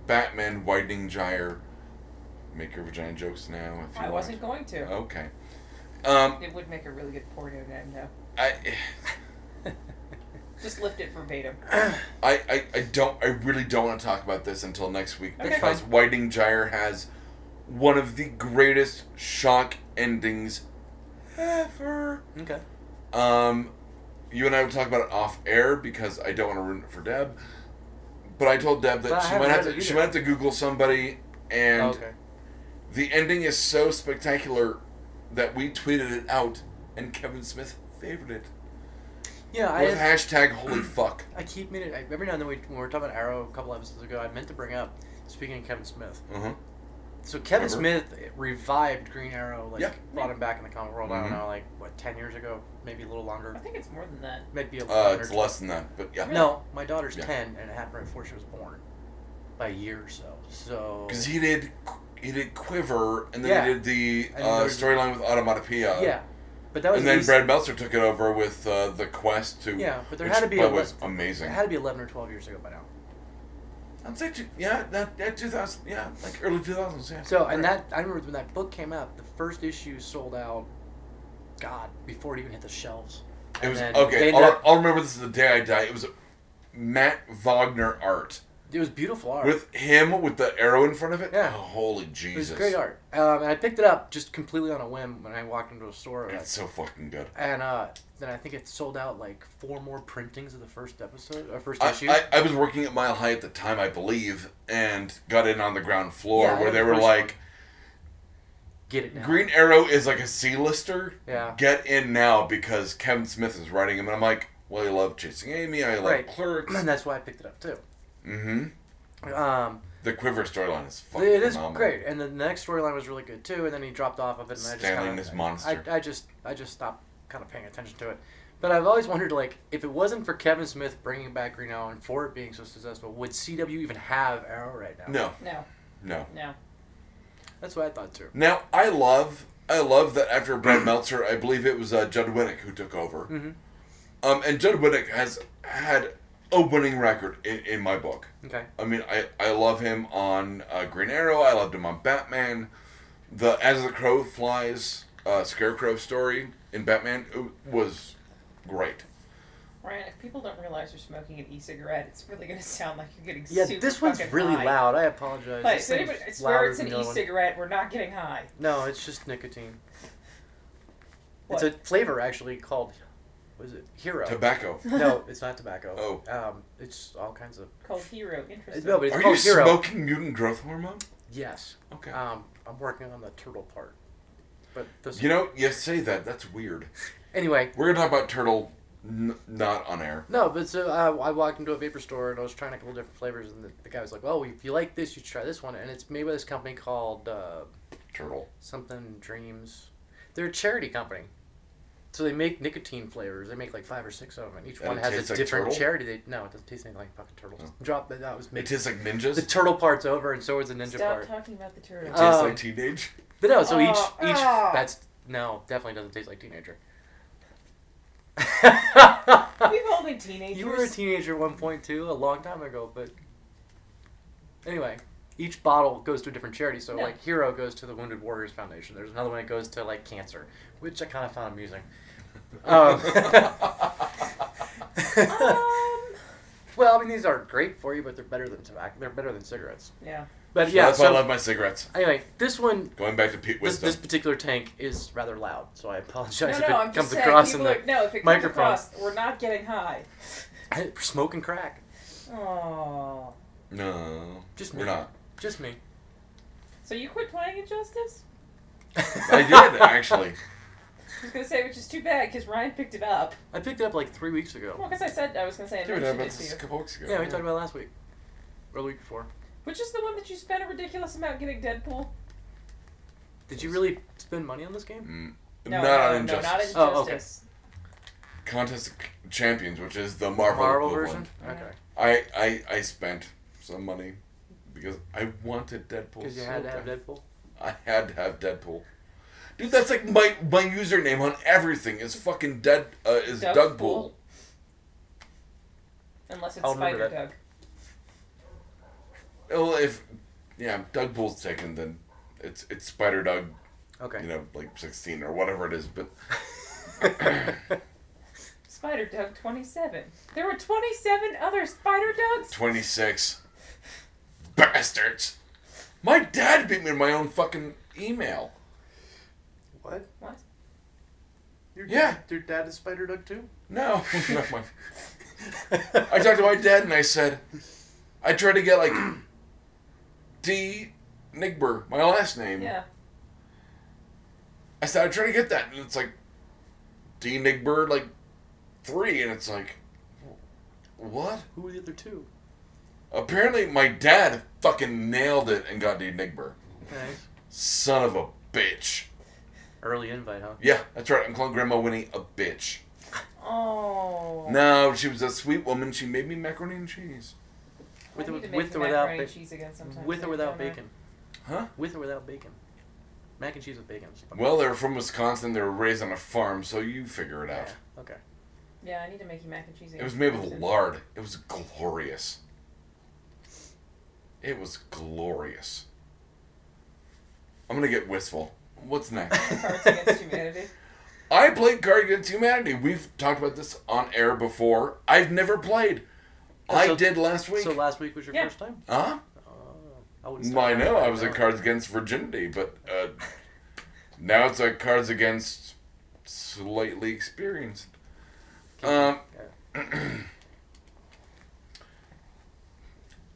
Speaker 1: Batman Widening Gyre. Make your vagina jokes now if you
Speaker 3: I
Speaker 1: want.
Speaker 3: wasn't going to.
Speaker 1: Okay. Um,
Speaker 3: It would make a really good porno name, though.
Speaker 1: I.
Speaker 3: Just lift it verbatim.
Speaker 1: I, I, I don't I really don't want to talk about this until next week
Speaker 3: Okay,
Speaker 1: because Whiting Gyre has one of the greatest shock endings ever.
Speaker 2: Okay.
Speaker 1: Um, you and I will talk about it off air because I don't want to ruin it for Deb. But I told Deb that
Speaker 2: But I
Speaker 1: she
Speaker 2: haven't
Speaker 1: might have
Speaker 2: read
Speaker 1: to
Speaker 2: it
Speaker 1: she
Speaker 2: either.
Speaker 1: might have to Google somebody and
Speaker 2: Oh, okay.
Speaker 1: the ending is so spectacular that we tweeted it out and Kevin Smith favored it
Speaker 2: Yeah, I
Speaker 1: with
Speaker 2: have,
Speaker 1: hashtag
Speaker 2: (clears throat)
Speaker 1: holy fuck.
Speaker 2: I keep meaning I, every now and then we, when we were talking about Arrow a couple episodes ago, I meant to bring up speaking of Kevin Smith.
Speaker 1: Uh-huh.
Speaker 2: So Kevin
Speaker 1: Remember?
Speaker 2: Smith revived Green Arrow, like
Speaker 1: Uh-huh. Yeah.
Speaker 2: brought him back in the comic world. I
Speaker 1: Mhm.
Speaker 2: don't know, like what ten years ago, maybe a little
Speaker 3: I
Speaker 2: longer,
Speaker 3: think it's more than that.
Speaker 2: maybe a little
Speaker 1: Uh,
Speaker 2: longer.
Speaker 1: it's less than that, but yeah.
Speaker 2: No, my daughter's
Speaker 1: Yeah.
Speaker 2: ten, and it happened right before she was born, by a year or so. So
Speaker 1: Because he did, he did Quiver, and then
Speaker 2: Yeah.
Speaker 1: he did the
Speaker 2: And then
Speaker 1: uh,
Speaker 2: there's-
Speaker 1: storyline with Automatopoeia.
Speaker 2: yeah, but that was
Speaker 1: uh, and
Speaker 2: at
Speaker 1: then
Speaker 2: least-
Speaker 1: Brad Meltzer took it over with uh, the Quest to
Speaker 2: Yeah, but there
Speaker 1: which,
Speaker 2: had to be
Speaker 1: by
Speaker 2: a
Speaker 1: the way, was
Speaker 2: list-
Speaker 1: amazing.
Speaker 2: It had to be eleven or twelve years ago by now.
Speaker 1: I'd say two, yeah, that, that two thousand, yeah, like early two thousands. Yeah.
Speaker 2: So and
Speaker 1: Right.
Speaker 2: that I remember when that book came out, the first issue sold out. God, before it even hit the shelves.
Speaker 1: it
Speaker 2: and
Speaker 1: was
Speaker 2: then
Speaker 1: okay.
Speaker 2: they
Speaker 1: I'll,
Speaker 2: ended up-
Speaker 1: I'll remember this is the day I die. It was Matt Wagner art
Speaker 2: It was beautiful art.
Speaker 1: with him with the arrow in front of it.
Speaker 2: Yeah.
Speaker 1: Oh, holy
Speaker 2: it
Speaker 1: Jesus!
Speaker 2: was great art. Um, and I picked it up just completely on a whim when I walked into a store.
Speaker 1: It's so fucking good.
Speaker 2: And uh, then I think it sold out like four more printings of the first episode or first
Speaker 1: I,
Speaker 2: issue.
Speaker 1: I, I was working at Mile High at the time, I believe, and got in on the ground floor
Speaker 2: Yeah, I
Speaker 1: where
Speaker 2: had
Speaker 1: they
Speaker 2: the
Speaker 1: were
Speaker 2: first
Speaker 1: like,
Speaker 2: Get it now.
Speaker 1: Green Arrow is like a C-lister.
Speaker 2: Yeah.
Speaker 1: Get in now because Kevin Smith is writing him, and I'm like, well, I love Chasing Amy. I love
Speaker 2: Right. (clears throat)
Speaker 1: Clerks.
Speaker 2: and (clears throat) that's why I picked it up too.
Speaker 1: mm-hmm.
Speaker 2: Um,
Speaker 1: The Quiver storyline is fucking
Speaker 2: it is
Speaker 1: phenomenal.
Speaker 2: great, and then the next storyline was really good too. And then he dropped off of it, and
Speaker 1: Stanley
Speaker 2: I just
Speaker 1: and
Speaker 2: kinda,
Speaker 1: his monster.
Speaker 2: I, I just I just stopped kind of paying attention to it. But I've always wondered, like, if it wasn't for Kevin Smith bringing back Green Arrow and for it being so successful, would CW even have Arrow right now?
Speaker 1: No,
Speaker 3: No,
Speaker 1: no.
Speaker 3: no.
Speaker 2: that's what I thought too.
Speaker 1: Now I love I love that after
Speaker 2: (clears throat)
Speaker 1: Brad Meltzer, I believe it was uh, Judd Winnick who took over.
Speaker 2: Mm-hmm.
Speaker 1: Um, and Judd Winnick has had a winning record in, in my book.
Speaker 2: Okay.
Speaker 1: I mean, I, I love him on uh, Green Arrow. I loved him on Batman. The As the Crow Flies uh, Scarecrow story in Batman it was great.
Speaker 3: Ryan, if people don't realize you're smoking an e-cigarette, it's really going to sound like you're getting
Speaker 2: Yeah,
Speaker 3: super
Speaker 2: this one's
Speaker 3: fucking
Speaker 2: really
Speaker 3: high.
Speaker 2: loud. I apologize.
Speaker 3: Like,
Speaker 2: This
Speaker 3: so
Speaker 2: thing's
Speaker 3: anybody, I swear
Speaker 2: louder
Speaker 3: it's an
Speaker 2: than
Speaker 3: E
Speaker 2: the other one.
Speaker 3: e-cigarette. We're not getting high.
Speaker 2: No, it's just nicotine.
Speaker 3: What?
Speaker 2: It's a flavor actually called, what is it? Hero.
Speaker 1: Tobacco.
Speaker 2: no, it's not tobacco.
Speaker 1: Oh.
Speaker 2: Um, it's all kinds of.
Speaker 3: Called Hero. Interesting.
Speaker 2: No, but it's
Speaker 1: Are you
Speaker 2: called Hero.
Speaker 1: smoking mutant growth hormone?
Speaker 2: Yes.
Speaker 1: Okay.
Speaker 2: Um, I'm working on the turtle part. But this,
Speaker 1: you know, you say that. That's weird.
Speaker 2: anyway,
Speaker 1: We're going to talk about Turtle n- not on air.
Speaker 2: no, but so uh, I walked into a vapor store and I was trying a couple different flavors, and the, the guy was like, "Well, if you like this, you should try this one." And it's made by this company called uh,
Speaker 1: Turtle.
Speaker 2: something Dreams. They're a charity company, so they make nicotine flavors. They make like five or six of them, and each
Speaker 1: And
Speaker 2: one
Speaker 1: it
Speaker 2: has
Speaker 1: tastes
Speaker 2: a
Speaker 1: like
Speaker 2: different
Speaker 1: turtle? Oh.
Speaker 2: charity. They no, it doesn't taste anything like fucking turtles. Drop that. That was me.
Speaker 1: It tastes like ninjas.
Speaker 2: the turtle part's over, and so is the ninja
Speaker 3: Stop
Speaker 2: part.
Speaker 3: talking about the
Speaker 1: It
Speaker 3: turtle.
Speaker 1: tastes
Speaker 2: Um,
Speaker 1: like
Speaker 2: (laughs)
Speaker 1: teenage.
Speaker 2: But no, so each
Speaker 3: Oh,
Speaker 2: each
Speaker 3: ah.
Speaker 2: that's no, definitely doesn't taste like teenager. (laughs)
Speaker 3: We've all been teenagers.
Speaker 2: you were a teenager at one point too, a long time ago, but anyway, each bottle goes to a different charity. So
Speaker 3: No.
Speaker 2: like Hero goes to the Wounded Warriors Foundation. There's another one that goes to like cancer, which I kind of found
Speaker 3: (laughs)
Speaker 2: amusing. Um,
Speaker 1: (laughs)
Speaker 2: (laughs)
Speaker 3: um,
Speaker 2: well, I mean these are great for you, but they're better than tobacco. They're better than cigarettes.
Speaker 3: yeah.
Speaker 2: But (laughs) yeah,
Speaker 1: That's why I love
Speaker 2: so
Speaker 1: my cigarettes.
Speaker 2: anyway, this one.
Speaker 1: Going back to Pete
Speaker 2: This,
Speaker 1: Wisdom.
Speaker 2: this particular tank is rather loud, so I apologize
Speaker 3: No,
Speaker 2: if
Speaker 3: no,
Speaker 2: it
Speaker 3: I'm
Speaker 2: comes
Speaker 3: just saying.
Speaker 2: across in
Speaker 3: people
Speaker 2: the
Speaker 3: are, no, if it comes
Speaker 2: microphone.
Speaker 3: across, we're not getting high.
Speaker 2: smoking crack.
Speaker 3: Oh.
Speaker 1: no,
Speaker 2: Just
Speaker 1: we're
Speaker 2: me.
Speaker 1: not.
Speaker 2: Just me.
Speaker 3: So you quit playing Injustice?
Speaker 1: I did actually.
Speaker 3: I was gonna say, which is too bad because Ryan picked it up.
Speaker 2: (laughs) I picked it up like three weeks
Speaker 3: Well,
Speaker 2: ago.
Speaker 3: because I said I was gonna say I
Speaker 1: Dude, I
Speaker 3: mentioned
Speaker 1: about
Speaker 3: it to
Speaker 1: this
Speaker 3: you,
Speaker 1: a couple weeks ago.
Speaker 2: Yeah, we talked about it last week. Or the week before.
Speaker 3: which is the one that you spent a ridiculous amount getting Deadpool.
Speaker 2: Did you really spend money on this game?
Speaker 1: Mm,
Speaker 3: No,
Speaker 1: not
Speaker 3: no,
Speaker 1: on
Speaker 3: no,
Speaker 1: Injustice.
Speaker 3: not Injustice.
Speaker 2: Oh, okay.
Speaker 1: Contest of C- Champions, which is the Marvel,
Speaker 2: Marvel version?
Speaker 1: equivalent.
Speaker 2: Okay.
Speaker 1: I, I I spent some money because I wanted Deadpool.
Speaker 2: Because you
Speaker 1: so
Speaker 2: had to have
Speaker 1: bad.
Speaker 2: Deadpool?
Speaker 1: I had to have Deadpool. Dude, that's like my my username on everything is fucking dead uh, is
Speaker 3: Doug
Speaker 1: Doug
Speaker 3: Bull.
Speaker 1: Bull.
Speaker 3: Unless it's
Speaker 2: I'll remember
Speaker 3: Spider
Speaker 2: that.
Speaker 3: Doug.
Speaker 1: Well, if yeah, Doug Bull's taken, then it's it's Spider Doug.
Speaker 2: Okay.
Speaker 1: You know, like sixteen or whatever it is. But
Speaker 3: Spider Doug 27. There were 27 other Spider Dougs?
Speaker 1: twenty six, bastards. My dad beat me in my own fucking email.
Speaker 2: (coughs) what?
Speaker 3: What?
Speaker 2: Your,
Speaker 1: Yeah.
Speaker 2: Your dad is Spider Duck too?
Speaker 1: No, not my. (laughs) I talked to my dad and I said, I tried to get like (clears throat) D. Nigber, my last name.
Speaker 3: Yeah.
Speaker 1: I said I tried to get that, and it's like D. Nigber like three, and it's like, what?
Speaker 2: Who were the other two?
Speaker 1: Apparently, my dad fucking nailed it and got D. Nigber.
Speaker 2: Nice.
Speaker 1: Son of a bitch.
Speaker 2: Early invite, huh?
Speaker 1: Yeah, that's right. I'm calling Grandma Winnie a bitch.
Speaker 3: Oh.
Speaker 1: No, she was a sweet woman. She made me macaroni and cheese.
Speaker 2: With
Speaker 3: I
Speaker 2: or-
Speaker 3: need to make
Speaker 2: with
Speaker 3: the
Speaker 2: or without
Speaker 3: macaroni and
Speaker 2: ba-
Speaker 3: cheese again sometime.
Speaker 2: With or without
Speaker 3: Don't I?
Speaker 2: bacon?
Speaker 1: Huh?
Speaker 2: With or without bacon? Mac and cheese with bacon. is fucking-
Speaker 1: Well, they're from Wisconsin. They were raised on a farm, so you figure it out.
Speaker 2: yeah. Okay.
Speaker 3: Yeah, I need to make you mac and cheese again.
Speaker 1: It was made with lard. It was glorious. It was glorious. I'm gonna get wistful. What's next?
Speaker 3: (laughs)
Speaker 2: (laughs)
Speaker 3: Cards Against Humanity.
Speaker 1: I played Card Against Humanity. We've talked about this on air before. I've never played. I
Speaker 2: So-
Speaker 1: did last week.
Speaker 2: So last week was your
Speaker 3: Yeah.
Speaker 2: first time?
Speaker 1: huh?
Speaker 2: Oh, I wouldn't
Speaker 1: I
Speaker 2: say-
Speaker 1: know. I was at
Speaker 2: No.
Speaker 1: Cards Against Virginity, but uh, now it's like Cards Against slightly experienced. Um,
Speaker 2: Okay.
Speaker 1: (clears throat)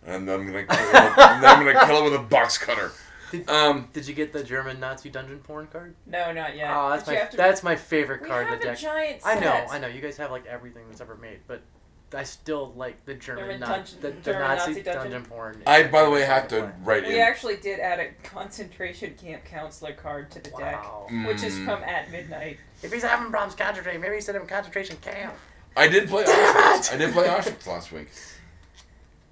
Speaker 1: and then I'm gonna kill it with, and then I'm gonna kill it with a box cutter. Um,
Speaker 2: Did you get the German Nazi dungeon porn card?
Speaker 3: No, not yet.
Speaker 2: Oh, that's
Speaker 3: But you
Speaker 2: my
Speaker 3: have to-
Speaker 2: that's my favorite
Speaker 3: We
Speaker 2: card in
Speaker 3: have
Speaker 2: the
Speaker 3: a
Speaker 2: deck.
Speaker 3: giant
Speaker 2: I know,
Speaker 3: set.
Speaker 2: I know. You guys have like everything that's ever made, but I still like the German,
Speaker 3: German
Speaker 2: Na-
Speaker 3: dungeon-
Speaker 2: the, the
Speaker 3: German
Speaker 2: Nazi,
Speaker 3: Nazi
Speaker 2: dungeon.
Speaker 3: dungeon.
Speaker 2: porn.
Speaker 1: I, by the way, have to write
Speaker 3: We
Speaker 1: in.
Speaker 3: actually did add a concentration camp counselor card to the
Speaker 2: Wow.
Speaker 3: deck, which is
Speaker 1: Mm.
Speaker 3: from at midnight.
Speaker 2: If he's having problems concentrating, maybe he sent him concentration camp.
Speaker 1: I did play
Speaker 2: Damn
Speaker 1: Auschwitz.
Speaker 2: it!
Speaker 1: I did play Auschwitz last week.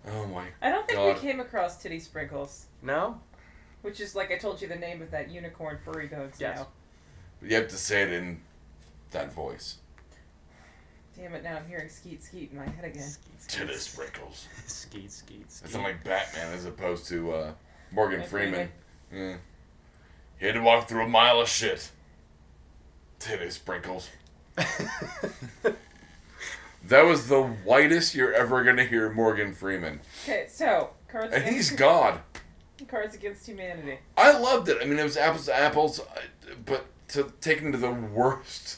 Speaker 1: Oh my!
Speaker 3: I don't think
Speaker 1: God.
Speaker 3: we came across Titty Sprinkles,
Speaker 2: No.
Speaker 3: which is like I told you the name of that unicorn furry bones
Speaker 2: Yes.
Speaker 3: now.
Speaker 1: But you have to say it in that voice.
Speaker 3: Damn it, now I'm hearing skeet skeet in my head again.
Speaker 1: Tennis wrinkles.
Speaker 2: (laughs) Skeet, skeet,
Speaker 1: That
Speaker 2: skeet.
Speaker 1: sounds like Batman as opposed to uh, Morgan
Speaker 3: Morgan
Speaker 1: Freeman. Yeah. He had to walk through a mile of shit. Tennis wrinkles. (laughs) That was the whitest you're ever gonna hear Morgan Freeman,
Speaker 3: Okay, so cards
Speaker 1: and he's
Speaker 3: against,
Speaker 1: God.
Speaker 3: (laughs) cards against humanity.
Speaker 1: I loved it. I mean, it was apples to apples, uh, but to taken to the
Speaker 2: (laughs)
Speaker 1: worst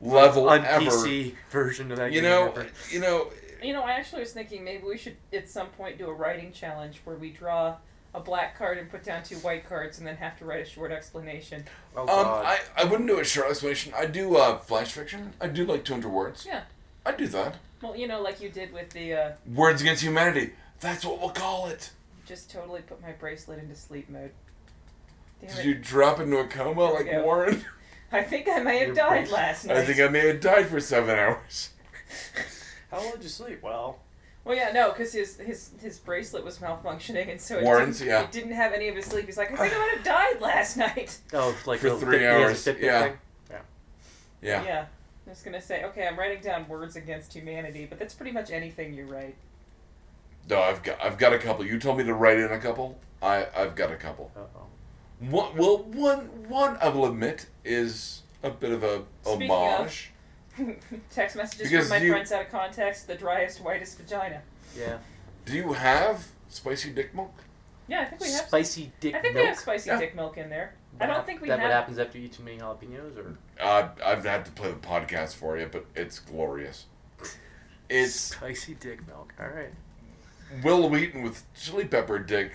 Speaker 1: level
Speaker 2: on
Speaker 1: ever.
Speaker 2: PC version of that
Speaker 1: You
Speaker 2: game
Speaker 1: know,
Speaker 2: ever.
Speaker 1: you know,
Speaker 3: You know, I actually was thinking maybe we should at some point do a writing challenge where we draw a black card and put down two white cards and then have to write a short explanation.
Speaker 2: Oh,
Speaker 1: um,
Speaker 2: God.
Speaker 1: I, I wouldn't do a short explanation. I do uh, flash fiction. I do like 200 words.
Speaker 3: Yeah.
Speaker 1: I do that.
Speaker 3: Well, you know, like you did with the uh,
Speaker 1: Words Against Humanity. That's what we'll call it.
Speaker 3: just totally put my bracelet into sleep mode. Damn
Speaker 1: Did
Speaker 3: it.
Speaker 1: you drop into a coma
Speaker 3: Here we
Speaker 1: like
Speaker 3: go.
Speaker 1: Warren? (laughs)
Speaker 3: I think I may
Speaker 2: Your
Speaker 3: have died
Speaker 2: bracelet.
Speaker 3: last night.
Speaker 1: I think I may have died for seven hours.
Speaker 2: How long did you sleep? Well,
Speaker 3: Well, yeah, no, because his, his his bracelet was malfunctioning, and so it
Speaker 1: Warren's,
Speaker 3: didn't,
Speaker 1: yeah.
Speaker 3: it didn't have any of his sleep. He's like,
Speaker 1: (sighs)
Speaker 3: I think I might have died last night.
Speaker 2: oh, like
Speaker 1: For
Speaker 2: the
Speaker 1: three
Speaker 2: Fitbit- he has
Speaker 1: hours,
Speaker 2: a Fitbit
Speaker 1: yeah.
Speaker 2: thing?
Speaker 1: Yeah.
Speaker 3: I was gonna say, okay, I'm writing down words against humanity, but that's pretty much anything you write. (laughs)
Speaker 1: No, I've got I've got a couple. You told me to write in a couple. I I've got a couple.
Speaker 2: Uh-oh.
Speaker 1: One, well, one one I will admit is a bit of a
Speaker 3: Speaking of-
Speaker 1: homage.
Speaker 3: Text messages
Speaker 1: Because
Speaker 3: from my
Speaker 1: you-
Speaker 3: friends out of context. The driest, whitest vagina.
Speaker 2: Yeah.
Speaker 1: Do you have spicy dick milk?
Speaker 3: Yeah, I think we have.
Speaker 2: Spicy dick
Speaker 3: I think
Speaker 2: milk.
Speaker 3: we have spicy
Speaker 1: Yeah.
Speaker 3: dick milk in there.
Speaker 2: That
Speaker 3: I don't
Speaker 2: hap-
Speaker 3: think we
Speaker 2: that what
Speaker 3: have-
Speaker 2: happens after you eat too many jalapenos, or
Speaker 1: Uh, I've had to play the podcast for you, but it's glorious. It's
Speaker 2: spicy dick milk. All right.
Speaker 1: Will Wheaton with chili pepper dick.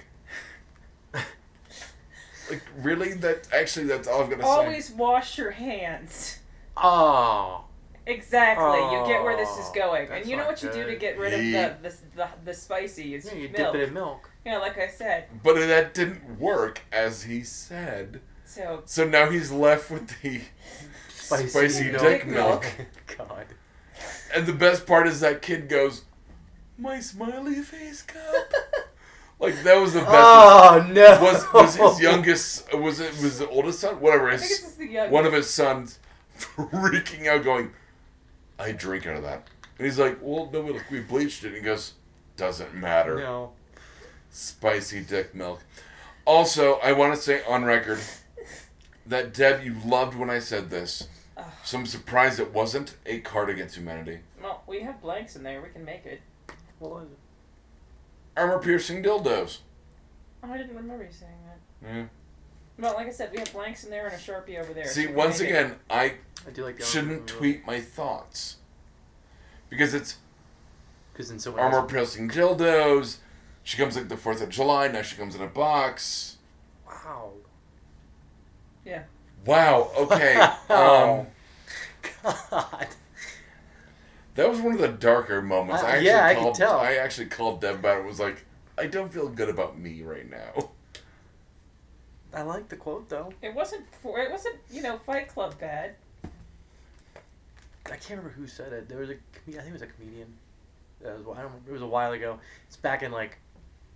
Speaker 1: Like really? That actually, that's all I've got to say.
Speaker 3: Always wash your hands.
Speaker 2: Oh,
Speaker 3: Exactly. you get where this is
Speaker 2: Oh,
Speaker 3: going,
Speaker 2: that's
Speaker 3: and you know
Speaker 2: not
Speaker 3: what you do to
Speaker 2: good.
Speaker 3: get rid of
Speaker 1: Yeah.
Speaker 3: the the, the, the spicy is
Speaker 2: yeah, you
Speaker 3: milk.
Speaker 2: dip it in milk.
Speaker 3: Yeah, like I said.
Speaker 1: But that didn't work, as he said.
Speaker 3: So (laughs)
Speaker 1: So now he's left with the
Speaker 2: Spicy,
Speaker 1: spicy
Speaker 2: milk.
Speaker 1: dick
Speaker 3: Dick
Speaker 1: milk.
Speaker 3: milk.
Speaker 2: (laughs) God.
Speaker 1: And the best part is that kid goes, "My smiley face cup." like that was the best.
Speaker 2: Oh no.
Speaker 1: Was was his
Speaker 2: (laughs)
Speaker 1: youngest? Was it was the oldest son? Whatever.
Speaker 3: I think this
Speaker 1: His,
Speaker 3: is the young
Speaker 1: one of his sons (laughs) freaking out, going, "I drink out of that." And he's like, "Well, no, look, we bleached it." And he goes, "Doesn't matter."
Speaker 2: No.
Speaker 1: Spicy dick milk. Also, I want to say on record that Deb, you loved when I said this.
Speaker 3: Ugh.
Speaker 1: So I'm surprised it wasn't a card against humanity.
Speaker 3: Well, we have blanks in there. We can make it.
Speaker 2: What was it?
Speaker 1: Armor piercing dildos.
Speaker 3: Oh, I didn't remember you saying that.
Speaker 1: Yeah.
Speaker 3: Well, like I said, we have blanks in there and a sharpie over there.
Speaker 1: See,
Speaker 3: so we
Speaker 1: once
Speaker 3: made it.
Speaker 1: again, I
Speaker 2: I do like the
Speaker 1: shouldn't tweet my thoughts. Because it's
Speaker 2: because in so many
Speaker 1: armor piercing dildos. She comes like the 4th of July. Now she comes in a box.
Speaker 2: Wow.
Speaker 1: Wow.
Speaker 2: (laughs)
Speaker 1: Okay. um,
Speaker 2: God.
Speaker 1: that was one of the darker moments.
Speaker 2: Uh, yeah, I could
Speaker 1: called,
Speaker 2: tell.
Speaker 1: I actually called Deb about it. Was like, I don't feel good about me right now. (laughs)
Speaker 2: I like the quote though.
Speaker 3: it wasn't for it wasn't you know Fight Club bad.
Speaker 2: I can't remember who said it. There was a com- I think it was a comedian. That was, I don't. remember. It was a while ago. It's back in like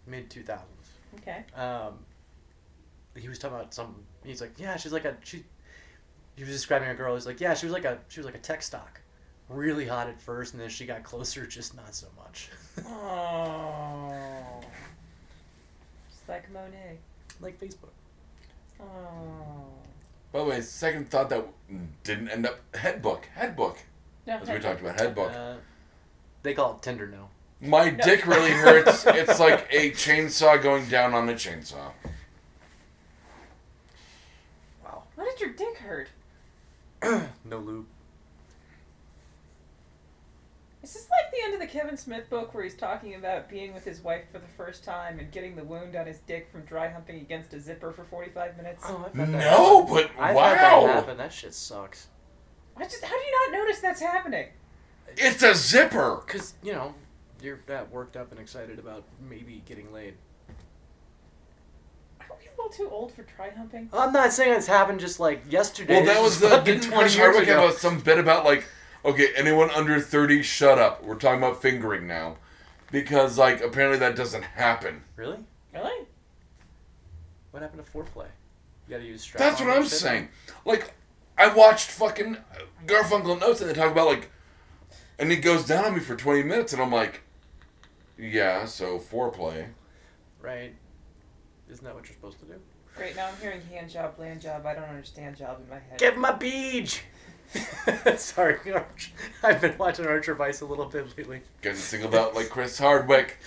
Speaker 2: mid two thousands.
Speaker 3: Okay.
Speaker 2: um, he was talking about some. He's like, yeah, she's like a she. He was describing a girl. He's like, yeah, she was like a she was like a tech stock, really hot at first, and then she got closer, (laughs) just not so much. (laughs)
Speaker 3: Oh. Just like Monet.
Speaker 2: like Facebook.
Speaker 3: Oh.
Speaker 1: By the way, second thought that didn't end up headbook. Headbook,
Speaker 3: No,
Speaker 1: as we talked about headbook.
Speaker 2: Uh, they call it Tinder now.
Speaker 1: My dick really hurts. it's like a chainsaw going down on a chainsaw.
Speaker 2: Wow.
Speaker 3: Why did your dick hurt?
Speaker 2: No lube.
Speaker 3: Is this like the end of the Kevin Smith book where he's talking about being with his wife for the first time and getting the wound on his dick from dry humping against a zipper for 45 minutes?
Speaker 2: Oh, I've had that
Speaker 1: No,
Speaker 2: happen.
Speaker 1: but
Speaker 2: I've had that
Speaker 1: wow,
Speaker 2: happen. That shit sucks.
Speaker 3: I just, how do you not notice that's happening?
Speaker 1: it's a zipper.
Speaker 2: Cause you know, you're that worked up and excited about maybe getting laid.
Speaker 3: Are we a little too old for dry humping?
Speaker 2: I'm not saying it's happened just like yesterday.
Speaker 1: Well, that
Speaker 2: This
Speaker 1: was
Speaker 2: is
Speaker 1: the
Speaker 2: fucking
Speaker 1: didn't Chris
Speaker 2: twenty years
Speaker 1: Hardwick
Speaker 2: ago.
Speaker 1: have a- some bit about like, okay, anyone under thirty, shut up. We're talking about fingering now, because like apparently that doesn't happen.
Speaker 2: Really?
Speaker 3: Really?
Speaker 2: What happened to foreplay? You gotta use strap.
Speaker 1: That's what I'm saying. Like, I watched fucking Garfunkel and Oates, and they talk about like, and it goes down on me for 20 minutes, and I'm like, yeah, so foreplay.
Speaker 2: Right. Isn't that what you're supposed to do?
Speaker 3: Great. Now I'm hearing hand job, land job. I don't understand job in my head.
Speaker 2: Give him a beach! (laughs) Sorry, Arch- I've been watching Archer Vice a little bit lately.
Speaker 1: Getting singled out like Chris Hardwick.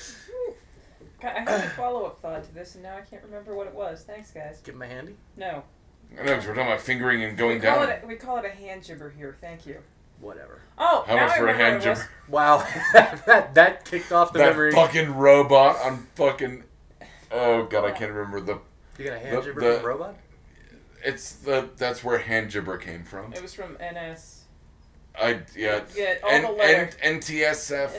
Speaker 3: I I had a follow up thought to this, and now I can't remember what it was. Thanks, guys.
Speaker 2: Give him a handy.
Speaker 3: No.
Speaker 1: I know because we're talking about fingering and
Speaker 3: We
Speaker 1: going
Speaker 3: call,
Speaker 1: down.
Speaker 3: it a, we call it a hand jibber here. Thank you.
Speaker 2: Whatever.
Speaker 3: Oh,
Speaker 1: How
Speaker 3: now
Speaker 1: much
Speaker 3: I
Speaker 1: for a
Speaker 3: remember
Speaker 1: hand
Speaker 3: what it was.
Speaker 1: jibber?
Speaker 2: Wow, (laughs) that that kicked off the
Speaker 1: That
Speaker 2: memory.
Speaker 1: fucking robot on fucking. Oh god, I can't remember the.
Speaker 2: You got a hand
Speaker 1: The-
Speaker 2: jibber
Speaker 1: the-
Speaker 2: from a robot?
Speaker 1: It's the. That's where hand jibber came from.
Speaker 3: It was from NS.
Speaker 1: I yeah.
Speaker 3: Yeah, all
Speaker 1: and,
Speaker 3: the letter.
Speaker 1: and NTSF.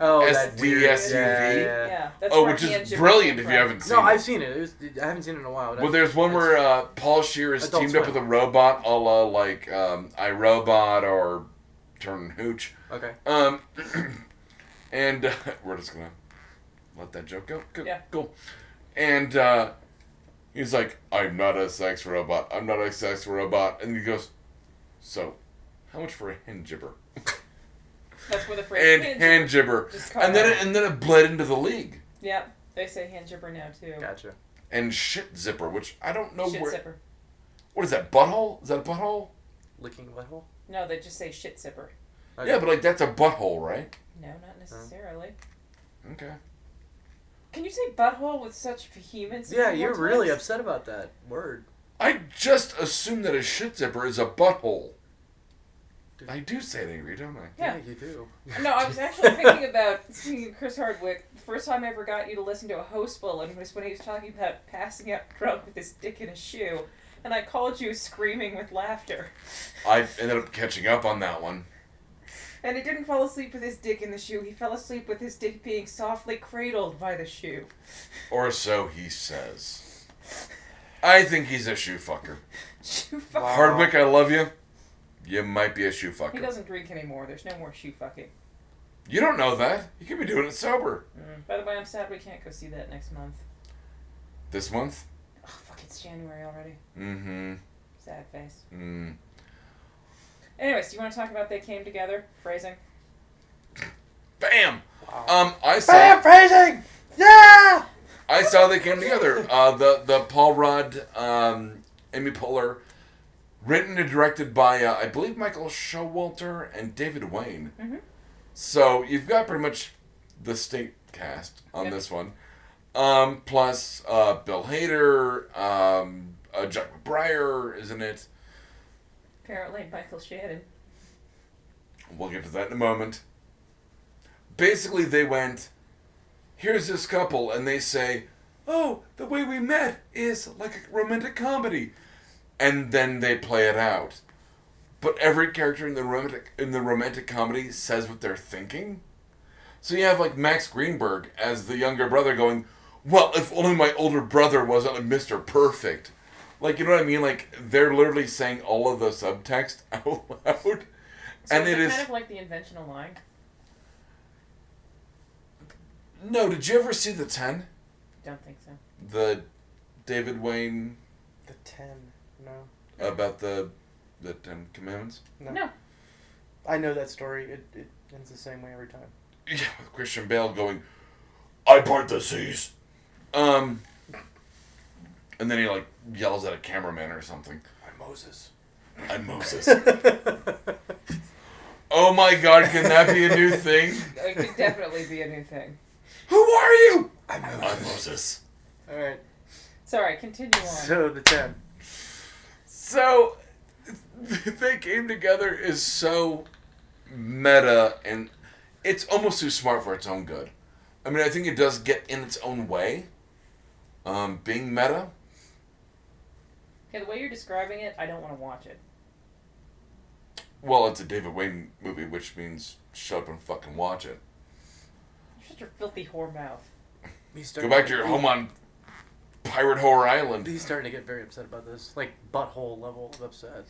Speaker 2: Oh, that weird.
Speaker 1: SDSUV?
Speaker 2: Yeah, yeah, yeah.
Speaker 3: Yeah. That's
Speaker 1: Oh,
Speaker 3: where
Speaker 1: which
Speaker 3: hand
Speaker 1: is
Speaker 3: jibber
Speaker 1: brilliant
Speaker 3: came
Speaker 1: if you
Speaker 3: from.
Speaker 1: haven't seen.
Speaker 2: No,
Speaker 1: it.
Speaker 2: I've seen it. it was, I haven't seen it in a while.
Speaker 1: Well, there's one
Speaker 2: that's-
Speaker 1: where uh, Paul Shear is
Speaker 2: Adult
Speaker 1: teamed up
Speaker 2: Swim.
Speaker 1: with a robot, a la like um, iRobot or Turn Hooch.
Speaker 2: Okay.
Speaker 1: Um, (clears throat) and uh, (laughs) we're just gonna let that joke go. Good,
Speaker 3: Yeah.
Speaker 1: Cool. And uh, he's like, "I'm not a sex robot. I'm not a sex robot." And he goes, "So, how much for a hand jibber?"
Speaker 3: That's where the phrase
Speaker 1: And
Speaker 3: hand
Speaker 1: hand jibber.
Speaker 3: Just call
Speaker 1: And then
Speaker 3: it.
Speaker 1: it, and then it bled into the league.
Speaker 3: jibber- Yeah. They say hand jibber now too.
Speaker 2: Gotcha.
Speaker 1: And shit zipper, which I don't know
Speaker 3: shit
Speaker 1: where.
Speaker 3: zipper.
Speaker 1: What is that? Butthole? Is that a butthole?
Speaker 2: Licking butthole.
Speaker 3: No, they just say shit zipper.
Speaker 2: Okay.
Speaker 1: Yeah, but like that's a butthole, right?
Speaker 3: No, not necessarily.
Speaker 1: Okay.
Speaker 3: Can you say butthole with such vehemence?
Speaker 2: Yeah,
Speaker 3: a few
Speaker 2: you're
Speaker 3: more
Speaker 2: really
Speaker 3: times?
Speaker 2: upset about that word.
Speaker 1: I just assume that a shit zipper is a butthole. I do say it angry, don't I?
Speaker 3: Yeah.
Speaker 2: you do.
Speaker 3: No,
Speaker 2: (laughs)
Speaker 3: I was actually thinking about seeing Chris Hardwick. The first time I ever got you to listen to a host bulletin was when he was talking about passing out drunk with his dick in a shoe, and I called you screaming with laughter.
Speaker 1: I ended up catching up on that one.
Speaker 3: And he didn't fall asleep with his dick in the shoe. He fell asleep with his dick being softly cradled by the shoe. (laughs)
Speaker 1: Or so he says. I think he's a shoe fucker.
Speaker 3: Shoe fuck.
Speaker 2: Wow.
Speaker 1: Hardwick, I love you. You might be a shoe
Speaker 3: He
Speaker 1: fucker.
Speaker 3: doesn't drink anymore. There's no more shoe fucking.
Speaker 1: You don't know that. You could be doing it sober.
Speaker 3: Mm. By the way, I'm sad we can't go see that next month.
Speaker 1: This month?
Speaker 3: Oh fuck! It's January already.
Speaker 1: Mm-hmm.
Speaker 3: Sad face.
Speaker 1: Mm.
Speaker 3: Anyways, do you want to talk about they came together phrasing?
Speaker 1: Bam!
Speaker 2: Wow.
Speaker 1: Um, I saw.
Speaker 2: phrasing. Yeah.
Speaker 1: I saw they came together. Uh, the the Paul Rudd, um, Amy Poehler, written and directed by uh, I believe Michael Showalter and David Wayne.
Speaker 3: Mhm.
Speaker 1: So you've got pretty much the state cast on
Speaker 3: Yep.
Speaker 1: this one, um, plus uh, Bill Hader, um, uh, Jack Breyer, isn't it?
Speaker 3: Apparently, Michael Shannon.
Speaker 1: We'll get to that in a moment. Basically, they went, here's this couple, and they say, oh, the way we met is like a romantic comedy. And then they play it out. But every character in the romantic in the romantic comedy says what they're thinking. So you have like Max Greenberg as the younger brother going, "Well, if only my older brother wasn't a Mr. Perfect." Like you know what I mean? Like they're literally saying all of the subtext (laughs) out loud.
Speaker 3: So
Speaker 1: and
Speaker 3: is
Speaker 1: it
Speaker 3: it
Speaker 1: is
Speaker 3: kind of like the inventional line.
Speaker 1: No, did you ever see the Ten?
Speaker 3: Don't think so.
Speaker 1: The David Wayne
Speaker 2: The ten. No.
Speaker 1: about the the Ten Commandments.
Speaker 2: No.
Speaker 3: No.
Speaker 2: I know that story. It, it ends the same way every time.
Speaker 1: Yeah, with Christian Bale going, I part the seas. Um, and then he like yells at a cameraman or (laughs) something.
Speaker 2: I'm (laughs) Moses.
Speaker 1: I'm Moses. oh my God, can that be a new thing?
Speaker 3: It could definitely be a new thing.
Speaker 1: Who are you?
Speaker 2: I'm Moses.
Speaker 1: I'm Moses.
Speaker 2: All right.
Speaker 3: Sorry, continue on.
Speaker 2: So the ten.
Speaker 1: So they came together is so meta and it's almost too smart for its own good. I mean, I think it does get in its own way. Um, being meta,
Speaker 3: okay, the way you're describing it, I don't want to watch it.
Speaker 1: well, it's a David Wayne movie, which means shut up and fucking watch it.
Speaker 3: You're such a filthy whore mouth.
Speaker 2: He's
Speaker 1: Go
Speaker 2: starting
Speaker 1: back
Speaker 2: get-
Speaker 1: to your home on Pirate Horror Island.
Speaker 2: He's starting to get very upset about this, like butthole level of upset.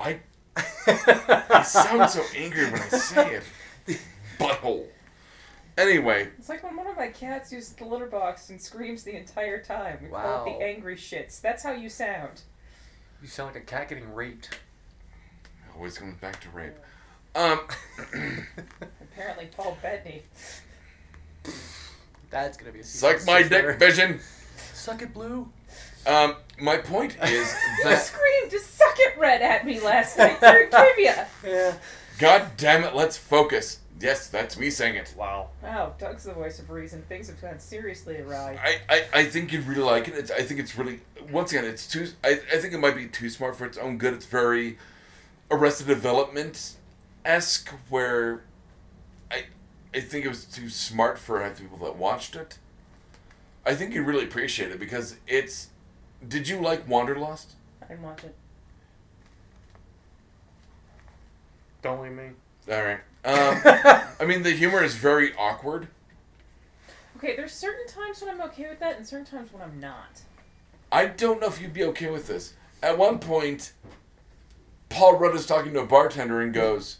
Speaker 1: I, I sound so angry when I say it. Butthole. Anyway,
Speaker 3: It's like when one of my cats uses the litter box and screams the entire time. We call it
Speaker 2: Wow.
Speaker 3: the angry shits. That's how you sound.
Speaker 2: You sound like a cat getting (laughs) raped.
Speaker 1: always comes oh, back to rape. Um,
Speaker 3: Apparently, Paul Bettany.
Speaker 2: That's gonna be a season
Speaker 1: suck my
Speaker 2: six letter.
Speaker 1: dick, vision.
Speaker 2: Suck it, blue.
Speaker 1: Um, my point is
Speaker 3: You
Speaker 1: that
Speaker 3: screamed to suck it red at me last night during trivia.
Speaker 2: Yeah.
Speaker 1: God damn it, let's focus. Yes, that's me saying it.
Speaker 2: Wow.
Speaker 3: Wow, Doug's the voice of reason. Things have gone seriously awry.
Speaker 1: I, I, I think you'd really like it. It's, I think it's really once again it's too. I, I think it might be too smart for its own good. It's very Arrested Development esque, where I I think it was too smart for the people that watched it. I think you'd really appreciate it because it's. Did you like Wanderlust?
Speaker 3: I didn't watch it.
Speaker 2: Don't leave me.
Speaker 1: All right. Um,
Speaker 2: (laughs)
Speaker 1: I mean, the humor is very awkward.
Speaker 3: Okay, there's certain times when I'm okay with that and certain times when I'm not.
Speaker 1: I don't know if you'd be okay with this. At one point, Paul Rudd is talking to a bartender and goes,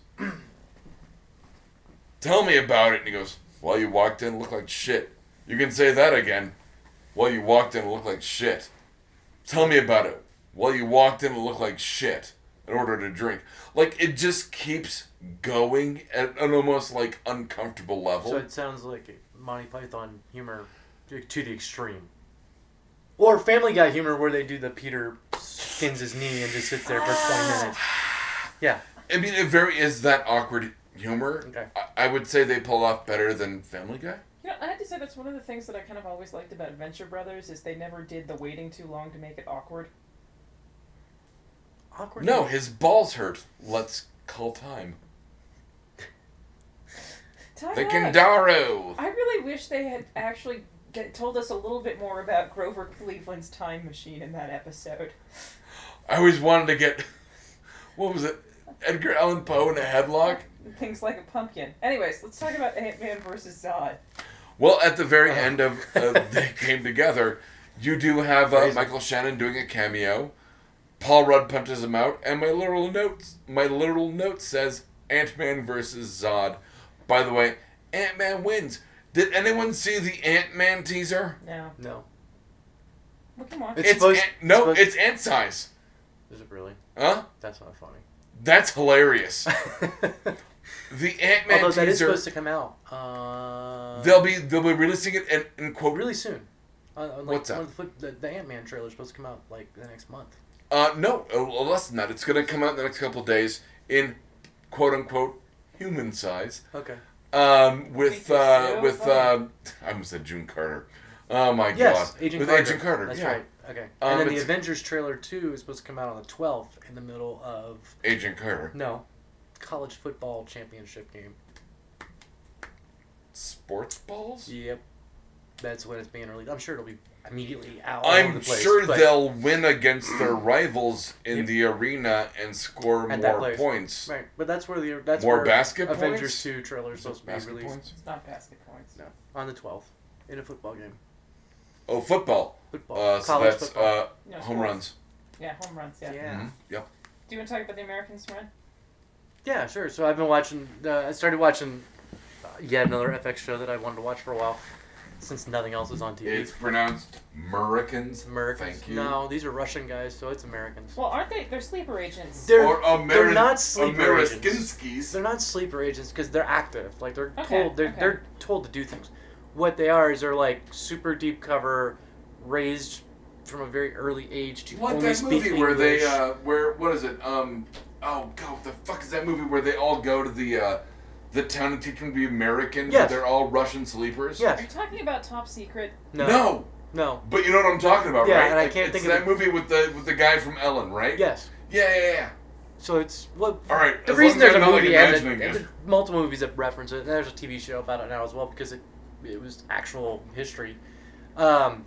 Speaker 1: (clears throat) Tell me about it. And he goes, Well, you walked in, looked like shit. You can say that again. Well, you walked in, looked like shit. Tell me about it. Well, you walked in, looked like shit in order to drink. Like, it just keeps going at an almost like uncomfortable level.
Speaker 2: So it sounds like Monty Python humor to the extreme. Or Family Guy humor where they do the Peter skins his knee and just sits there for (gasps) 20 minutes. Yeah.
Speaker 1: I mean, it very is that awkward humor.
Speaker 2: Okay.
Speaker 1: I, I would say they pull off better than Family Guy.
Speaker 3: You know, I had to say that's one of the things that I kind of always liked about Adventure Brothers is they never did the waiting too long to make it awkward.
Speaker 2: Awkward.
Speaker 1: No, his balls hurt. Let's call time.
Speaker 3: Time
Speaker 1: The
Speaker 3: out.
Speaker 1: Kendaro.
Speaker 3: I really wish they had actually get, told us a little bit more about Grover Cleveland's time machine in that episode.
Speaker 1: I always wanted to get. What was it? Edgar Allan Poe in a headlock.
Speaker 3: Things like a pumpkin. Anyways, let's talk about Ant Man versus Zod.
Speaker 1: Well, at the very
Speaker 2: Oh.
Speaker 1: end of
Speaker 2: (laughs)
Speaker 1: uh, they came together, you do have uh,
Speaker 2: Crazy.
Speaker 1: Michael Shannon doing a cameo. Paul Rudd punches him out, and my literal notes, my literal note says Ant Man versus Zod. By the way, Ant Man wins. Did anyone see the Ant Man teaser?
Speaker 3: No,
Speaker 2: No.
Speaker 3: we can watch.
Speaker 2: It's
Speaker 1: It's,
Speaker 2: supposed-
Speaker 1: ant, no,
Speaker 2: supposed-
Speaker 1: it's ant size.
Speaker 2: Is it really?
Speaker 1: Huh?
Speaker 2: That's not (laughs) funny.
Speaker 1: That's hilarious. The Ant Man
Speaker 2: Although
Speaker 1: teaser.
Speaker 2: that is supposed to come out. Uh,
Speaker 1: They'll be they'll be releasing it in, in quote.
Speaker 2: really soon. Uh, uh, like
Speaker 1: What's
Speaker 2: one
Speaker 1: up?
Speaker 2: of the, flip- the, the Ant Man trailer is supposed to come out like the next month.
Speaker 1: Uh, no, uh, less than that. It's gonna come out in the next couple of days in quote unquote human size.
Speaker 2: Okay.
Speaker 1: Um, with
Speaker 3: Thank you,
Speaker 1: uh,
Speaker 3: Sue.
Speaker 1: with uh, I almost said June Carter. Oh my
Speaker 2: Yes,
Speaker 1: god!
Speaker 2: Agent
Speaker 1: with
Speaker 2: Carter.
Speaker 1: Agent Carter,
Speaker 2: That's
Speaker 1: yeah.
Speaker 2: right. Okay.
Speaker 1: Um,
Speaker 2: and then the
Speaker 1: it's-
Speaker 2: Avengers trailer two is supposed to come out on the twelfth in the middle of
Speaker 1: Agent Carter.
Speaker 2: no college football championship game.
Speaker 1: Sports balls.
Speaker 2: Yep. That's when it's being released. I'm sure it'll be immediately out. all over
Speaker 1: I'm
Speaker 2: the place,
Speaker 1: sure
Speaker 2: but
Speaker 1: they'll win against
Speaker 2: (clears throat)
Speaker 1: their rivals in
Speaker 2: Yep.
Speaker 1: the arena and score
Speaker 2: At that
Speaker 1: more
Speaker 2: place.
Speaker 1: points.
Speaker 2: Right, but that's where the that's
Speaker 1: More
Speaker 2: where
Speaker 1: basket
Speaker 2: Avengers
Speaker 1: points?
Speaker 2: two trailer is supposed to be
Speaker 1: Basket
Speaker 2: released
Speaker 1: points?
Speaker 3: It's not basket points.
Speaker 2: No. on the twelfth in a football game.
Speaker 1: Oh, football.
Speaker 2: Football,
Speaker 1: Uh, so
Speaker 2: college
Speaker 1: that's
Speaker 2: football.
Speaker 1: uh,
Speaker 3: No,
Speaker 1: home
Speaker 3: sports.
Speaker 1: runs.
Speaker 3: Yeah, home runs. Yeah.
Speaker 2: yeah.
Speaker 1: Mhm. Yep.
Speaker 3: Do you want to talk about the Americans run?
Speaker 2: Yeah, sure. So I've been watching. Uh, I started watching uh, yet another FX show that I wanted to watch for a while, since nothing else is on TV.
Speaker 1: It's pronounced Americans.
Speaker 2: It's Americans.
Speaker 1: Thank you.
Speaker 2: No, these are Russian guys, so it's Americans.
Speaker 3: Well, aren't they? They're sleeper agents.
Speaker 2: They're
Speaker 1: or Ameri-
Speaker 2: they're not sleeper
Speaker 1: Ameriskinskis.
Speaker 2: they're not sleeper agents because they're active. Like they're
Speaker 3: Okay,
Speaker 2: told they're,
Speaker 3: okay.
Speaker 2: they're told to do things. What they are is they're like super deep cover, raised from a very early age to
Speaker 1: What
Speaker 2: only
Speaker 1: that
Speaker 2: speak
Speaker 1: movie where they
Speaker 2: English.
Speaker 1: uh where what is it? Um oh god, what the fuck is that movie where they all go to the uh the town and teach them to be American
Speaker 2: Yes.
Speaker 1: but they're all Russian sleepers?
Speaker 3: Are
Speaker 2: yeah
Speaker 3: you talking about Top Secret?
Speaker 2: no
Speaker 1: No.
Speaker 2: no
Speaker 1: But you know what I'm talking about,
Speaker 2: Yeah,
Speaker 1: right?
Speaker 2: and I
Speaker 1: Like,
Speaker 2: can't
Speaker 1: it's
Speaker 2: think of
Speaker 1: that
Speaker 2: the-
Speaker 1: movie with the with the guy from Ellen, right?
Speaker 2: yes
Speaker 1: Yeah, yeah, yeah.
Speaker 2: so it's what
Speaker 1: All right.
Speaker 2: the
Speaker 1: as
Speaker 2: reason
Speaker 1: long as
Speaker 2: there's a
Speaker 1: I'm not, like,
Speaker 2: movie and,
Speaker 1: imagining
Speaker 2: it- and
Speaker 1: it.
Speaker 2: there's multiple movies that reference it, and there's a TV show about it now as well because it it was actual history. Um,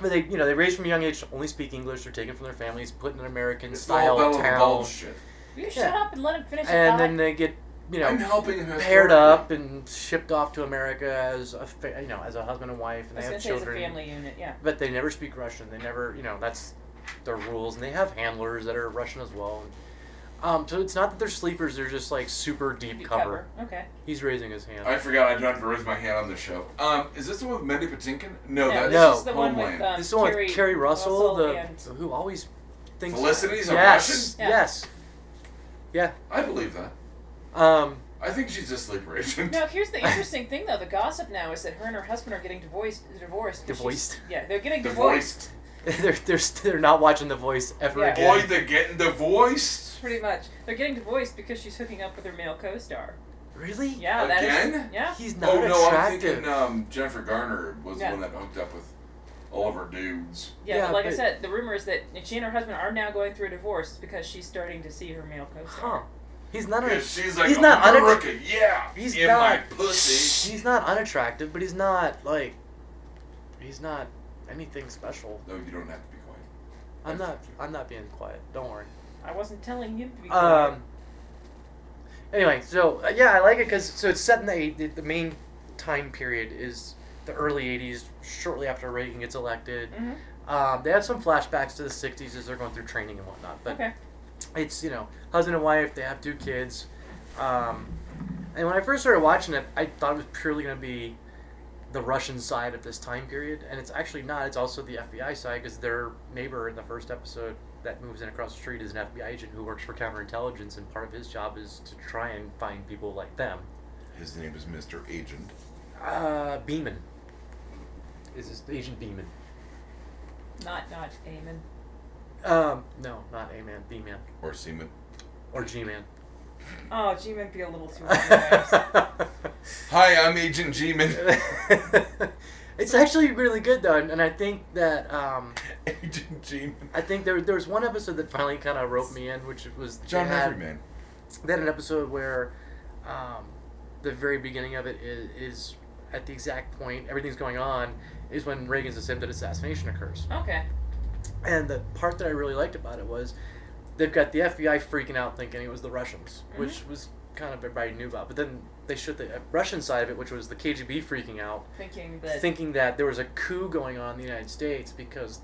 Speaker 2: but they you know they raised from a young age to only speak English. They're taken from their families, put in an American
Speaker 1: It's all
Speaker 2: style
Speaker 1: Bell and
Speaker 2: town,
Speaker 1: Bulge shit.
Speaker 3: You shut
Speaker 2: Yeah.
Speaker 3: up and let him finish.
Speaker 2: and
Speaker 3: the
Speaker 2: then they get you know
Speaker 1: I'm helping him
Speaker 2: paired up and shipped off to America as a fa- you know as a husband and wife, and
Speaker 3: I was
Speaker 2: they have
Speaker 3: gonna say it's a
Speaker 2: children.
Speaker 3: family unit. Yeah.
Speaker 2: But they never speak Russian. They never, you know, that's their rules, and they have handlers that are Russian as well. Um, so it's not that they're sleepers; they're just like super deep
Speaker 3: Deep
Speaker 2: cover.
Speaker 3: Okay.
Speaker 2: He's raising his hand.
Speaker 1: I forgot I don't have to raise my hand on this show. Um, is this the one with Mandy Patinkin? No,
Speaker 3: No,
Speaker 1: that's
Speaker 3: this
Speaker 2: No.
Speaker 3: is the one with
Speaker 1: Homeland.
Speaker 3: um,
Speaker 2: this is the one uh,
Speaker 3: Kerry,
Speaker 2: with Kerry Russell, the
Speaker 3: and-
Speaker 2: who always thinks
Speaker 1: Felicity's a
Speaker 2: yes,
Speaker 3: Russian? Yeah.
Speaker 2: yes, yeah.
Speaker 1: I believe that.
Speaker 2: Um, (laughs)
Speaker 1: I think she's a sleeper agent. (laughs)
Speaker 3: Now here's the interesting thing, though. The gossip now is that her and her husband are getting divorced. Divorced. 'cause she's-
Speaker 2: Divorced?
Speaker 3: Yeah, they're getting divorced.
Speaker 1: Divorced.
Speaker 2: they're they're st- they're not watching The Voice ever
Speaker 3: Yeah.
Speaker 1: Boy,
Speaker 2: again.
Speaker 1: they're getting divorced.
Speaker 3: Pretty much, they're getting divorced because she's hooking up with her male co-star.
Speaker 2: Really?
Speaker 3: Yeah, that is.
Speaker 1: Again?
Speaker 3: Yeah.
Speaker 2: He's not
Speaker 1: Oh no, I'm
Speaker 2: attractive.
Speaker 1: thinking um, Jennifer Garner was
Speaker 3: Yeah.
Speaker 1: the one that hooked up with all of her dudes.
Speaker 3: Yeah,
Speaker 2: Yeah,
Speaker 3: but like I
Speaker 2: but-
Speaker 3: said, the rumor is that she and her husband are now going through a divorce because she's starting to see her male co-star.
Speaker 2: Huh? He's not. A,
Speaker 1: Because she's like
Speaker 2: he's
Speaker 1: a
Speaker 2: not unatt-
Speaker 1: America, yeah.
Speaker 2: he's
Speaker 1: in
Speaker 2: not.
Speaker 1: my pussy.
Speaker 2: He's not unattractive, but he's not like. He's not anything special.
Speaker 1: No, you don't have to be quiet.
Speaker 2: I'm not. I'm not being quiet. Don't worry.
Speaker 3: I wasn't telling him to be. quiet.
Speaker 2: Um. Anyway, so uh, yeah, I like it because so it's set in the eight. The, the main time period is the early '80s, shortly after Reagan gets elected.
Speaker 3: Mhm.
Speaker 2: Um, they have some flashbacks to the '60s as they're going through training and whatnot, but
Speaker 3: Okay.
Speaker 2: it's you know husband and wife. They have two kids. Um, and when I first started watching it, I thought it was purely going to be the Russian side of this time period, and it's actually not. It's also the FBI side because their neighbor in the first episode that moves in across the street is an FBI agent who works for counterintelligence, and part of his job is to try and find people like them.
Speaker 1: His name is Mr. Agent.
Speaker 2: Uh, Beeman. Is this Agent Beeman?
Speaker 3: Not not Amon.
Speaker 2: Um, no, not A Man, B Man,
Speaker 1: Or Seaman.
Speaker 2: or G Man.
Speaker 3: Oh, G might be a
Speaker 2: (laughs)
Speaker 3: little too. organized.
Speaker 1: Hi, I'm Agent G-Man.
Speaker 2: (laughs) it's actually really good though, and, and I think that um,
Speaker 1: Agent G-Man.
Speaker 2: I think there there was one episode that finally kind of roped me in, which was they
Speaker 1: John
Speaker 2: had,
Speaker 1: Everyman.
Speaker 2: They had an episode where um, the very beginning of it is, is at the exact point everything's going on is when Reagan's attempted assassination occurs.
Speaker 3: okay.
Speaker 2: And the part that I really liked about it was they've got the FBI freaking out thinking it was the Russians, which was kind of everybody knew about. But then they showed the uh, Russian side of it, which was the KGB freaking out
Speaker 3: Thinking that.
Speaker 2: thinking that there was a coup going on in the United States because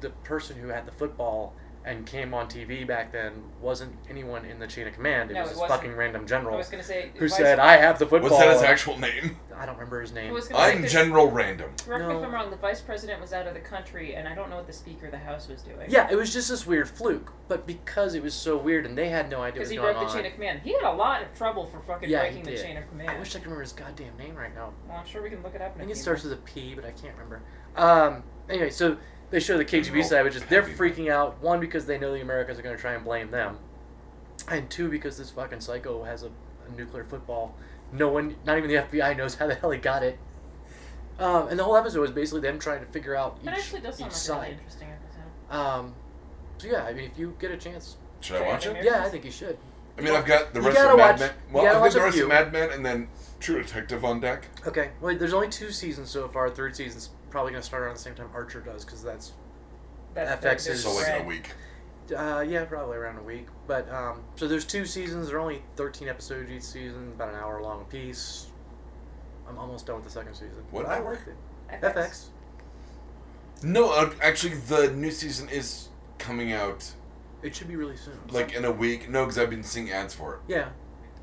Speaker 2: the person who had the football and came on TV back then wasn't anyone in the chain of command. It
Speaker 3: No,
Speaker 2: was
Speaker 3: it
Speaker 2: this
Speaker 3: wasn't.
Speaker 2: fucking random
Speaker 3: I
Speaker 2: general
Speaker 3: was gonna say.
Speaker 2: who
Speaker 3: vice-
Speaker 2: said, "I have the football."
Speaker 1: What's that his actual name?
Speaker 2: I don't remember his
Speaker 3: I
Speaker 2: name.
Speaker 3: was gonna say
Speaker 1: I'm
Speaker 3: this-
Speaker 1: General Random.
Speaker 3: Correct me if
Speaker 2: No.
Speaker 3: I'm wrong. The vice president was out of the country, and I don't know what the speaker of the house was doing.
Speaker 2: Yeah, it was just this weird fluke, but because it was so weird and they had no idea what
Speaker 3: Because
Speaker 2: was
Speaker 3: he
Speaker 2: going
Speaker 3: broke the
Speaker 2: on.
Speaker 3: chain of command. He had a lot of trouble for fucking
Speaker 2: Yeah, he
Speaker 3: breaking the
Speaker 2: did.
Speaker 3: chain of command.
Speaker 2: I wish I could remember his goddamn name right now.
Speaker 3: well, I'm sure we can look it
Speaker 2: I
Speaker 3: up. in a
Speaker 2: think it
Speaker 3: few
Speaker 2: starts with a P, but I can't remember. Um, anyway, so they show the KGB side, which is they're
Speaker 1: Happy.
Speaker 2: freaking out. One because they know the Americans are going to try and blame them, and two because this fucking psycho has a, a nuclear football. No one, not even the FBI, knows how the hell he got it. Um, and the whole episode was basically them trying to figure out
Speaker 3: minutes.
Speaker 2: each,
Speaker 3: That actually does
Speaker 2: each
Speaker 3: sound like a really
Speaker 2: side.
Speaker 3: interesting episode.
Speaker 2: Um, so yeah, I mean, if you get a chance,
Speaker 1: Should I watch it?
Speaker 3: Very
Speaker 2: yeah, I
Speaker 3: nice.
Speaker 2: think you should.
Speaker 1: I mean, I've got the
Speaker 2: You
Speaker 1: rest of
Speaker 2: gotta
Speaker 1: Mad
Speaker 2: watch-
Speaker 1: Men.
Speaker 2: you
Speaker 1: Well,
Speaker 2: gotta
Speaker 1: I've
Speaker 2: watch
Speaker 1: got the
Speaker 2: a
Speaker 1: rest
Speaker 2: few.
Speaker 1: of Mad Men and then True Detective on deck.
Speaker 2: Okay, well, there's only two seasons so far. Third season's probably going to start around the same time Archer does, because that's
Speaker 3: That's
Speaker 2: FX
Speaker 3: their
Speaker 2: is-
Speaker 1: So like in
Speaker 3: spread.
Speaker 1: a week.
Speaker 2: Uh, yeah, probably around a week. But um, so there's two seasons. There are only 13 episodes each season, about an hour long a piece. I'm almost done with the second season.
Speaker 1: What
Speaker 2: But I
Speaker 1: network?
Speaker 2: liked it. FX.
Speaker 1: No, uh, actually, the new season is coming out
Speaker 2: It should be really soon.
Speaker 1: like in a week. No, because I've been seeing ads for it.
Speaker 2: yeah,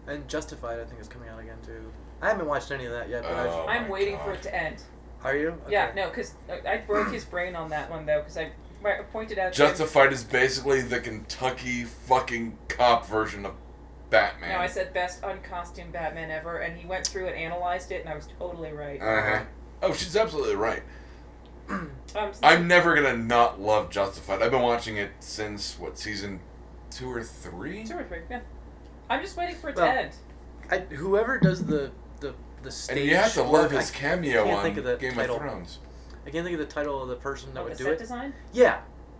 Speaker 2: and Justified I think is coming out again too. I haven't watched any of that yet. But
Speaker 1: Oh
Speaker 2: I've,
Speaker 3: I'm
Speaker 1: my
Speaker 3: waiting for
Speaker 1: God.
Speaker 3: it to end.
Speaker 2: are you?
Speaker 3: Yeah,
Speaker 2: Okay.
Speaker 3: no, because I broke his brain on that one though, because I I pointed out. to him-
Speaker 1: Justified is basically the Kentucky fucking cop version of Batman.
Speaker 3: No, I said best uncostumed Batman ever, and he went through and analyzed it, and I was totally right.
Speaker 1: Uh huh. Oh, she's absolutely right.
Speaker 3: Um,
Speaker 1: I'm never gonna not love Justified. I've been watching it since what season two or three?
Speaker 3: Two or three, yeah. I'm just waiting for it
Speaker 2: Well,
Speaker 3: to end.
Speaker 2: I, whoever does the the the stage.
Speaker 1: And you have to
Speaker 2: work-
Speaker 1: love his
Speaker 2: I,
Speaker 1: cameo
Speaker 2: can't
Speaker 1: on
Speaker 2: think of the
Speaker 1: Game
Speaker 2: title.
Speaker 1: of Thrones.
Speaker 2: I can't think of the title of the person that
Speaker 3: What,
Speaker 2: would do
Speaker 3: the set
Speaker 2: it.
Speaker 3: design?
Speaker 2: Yeah,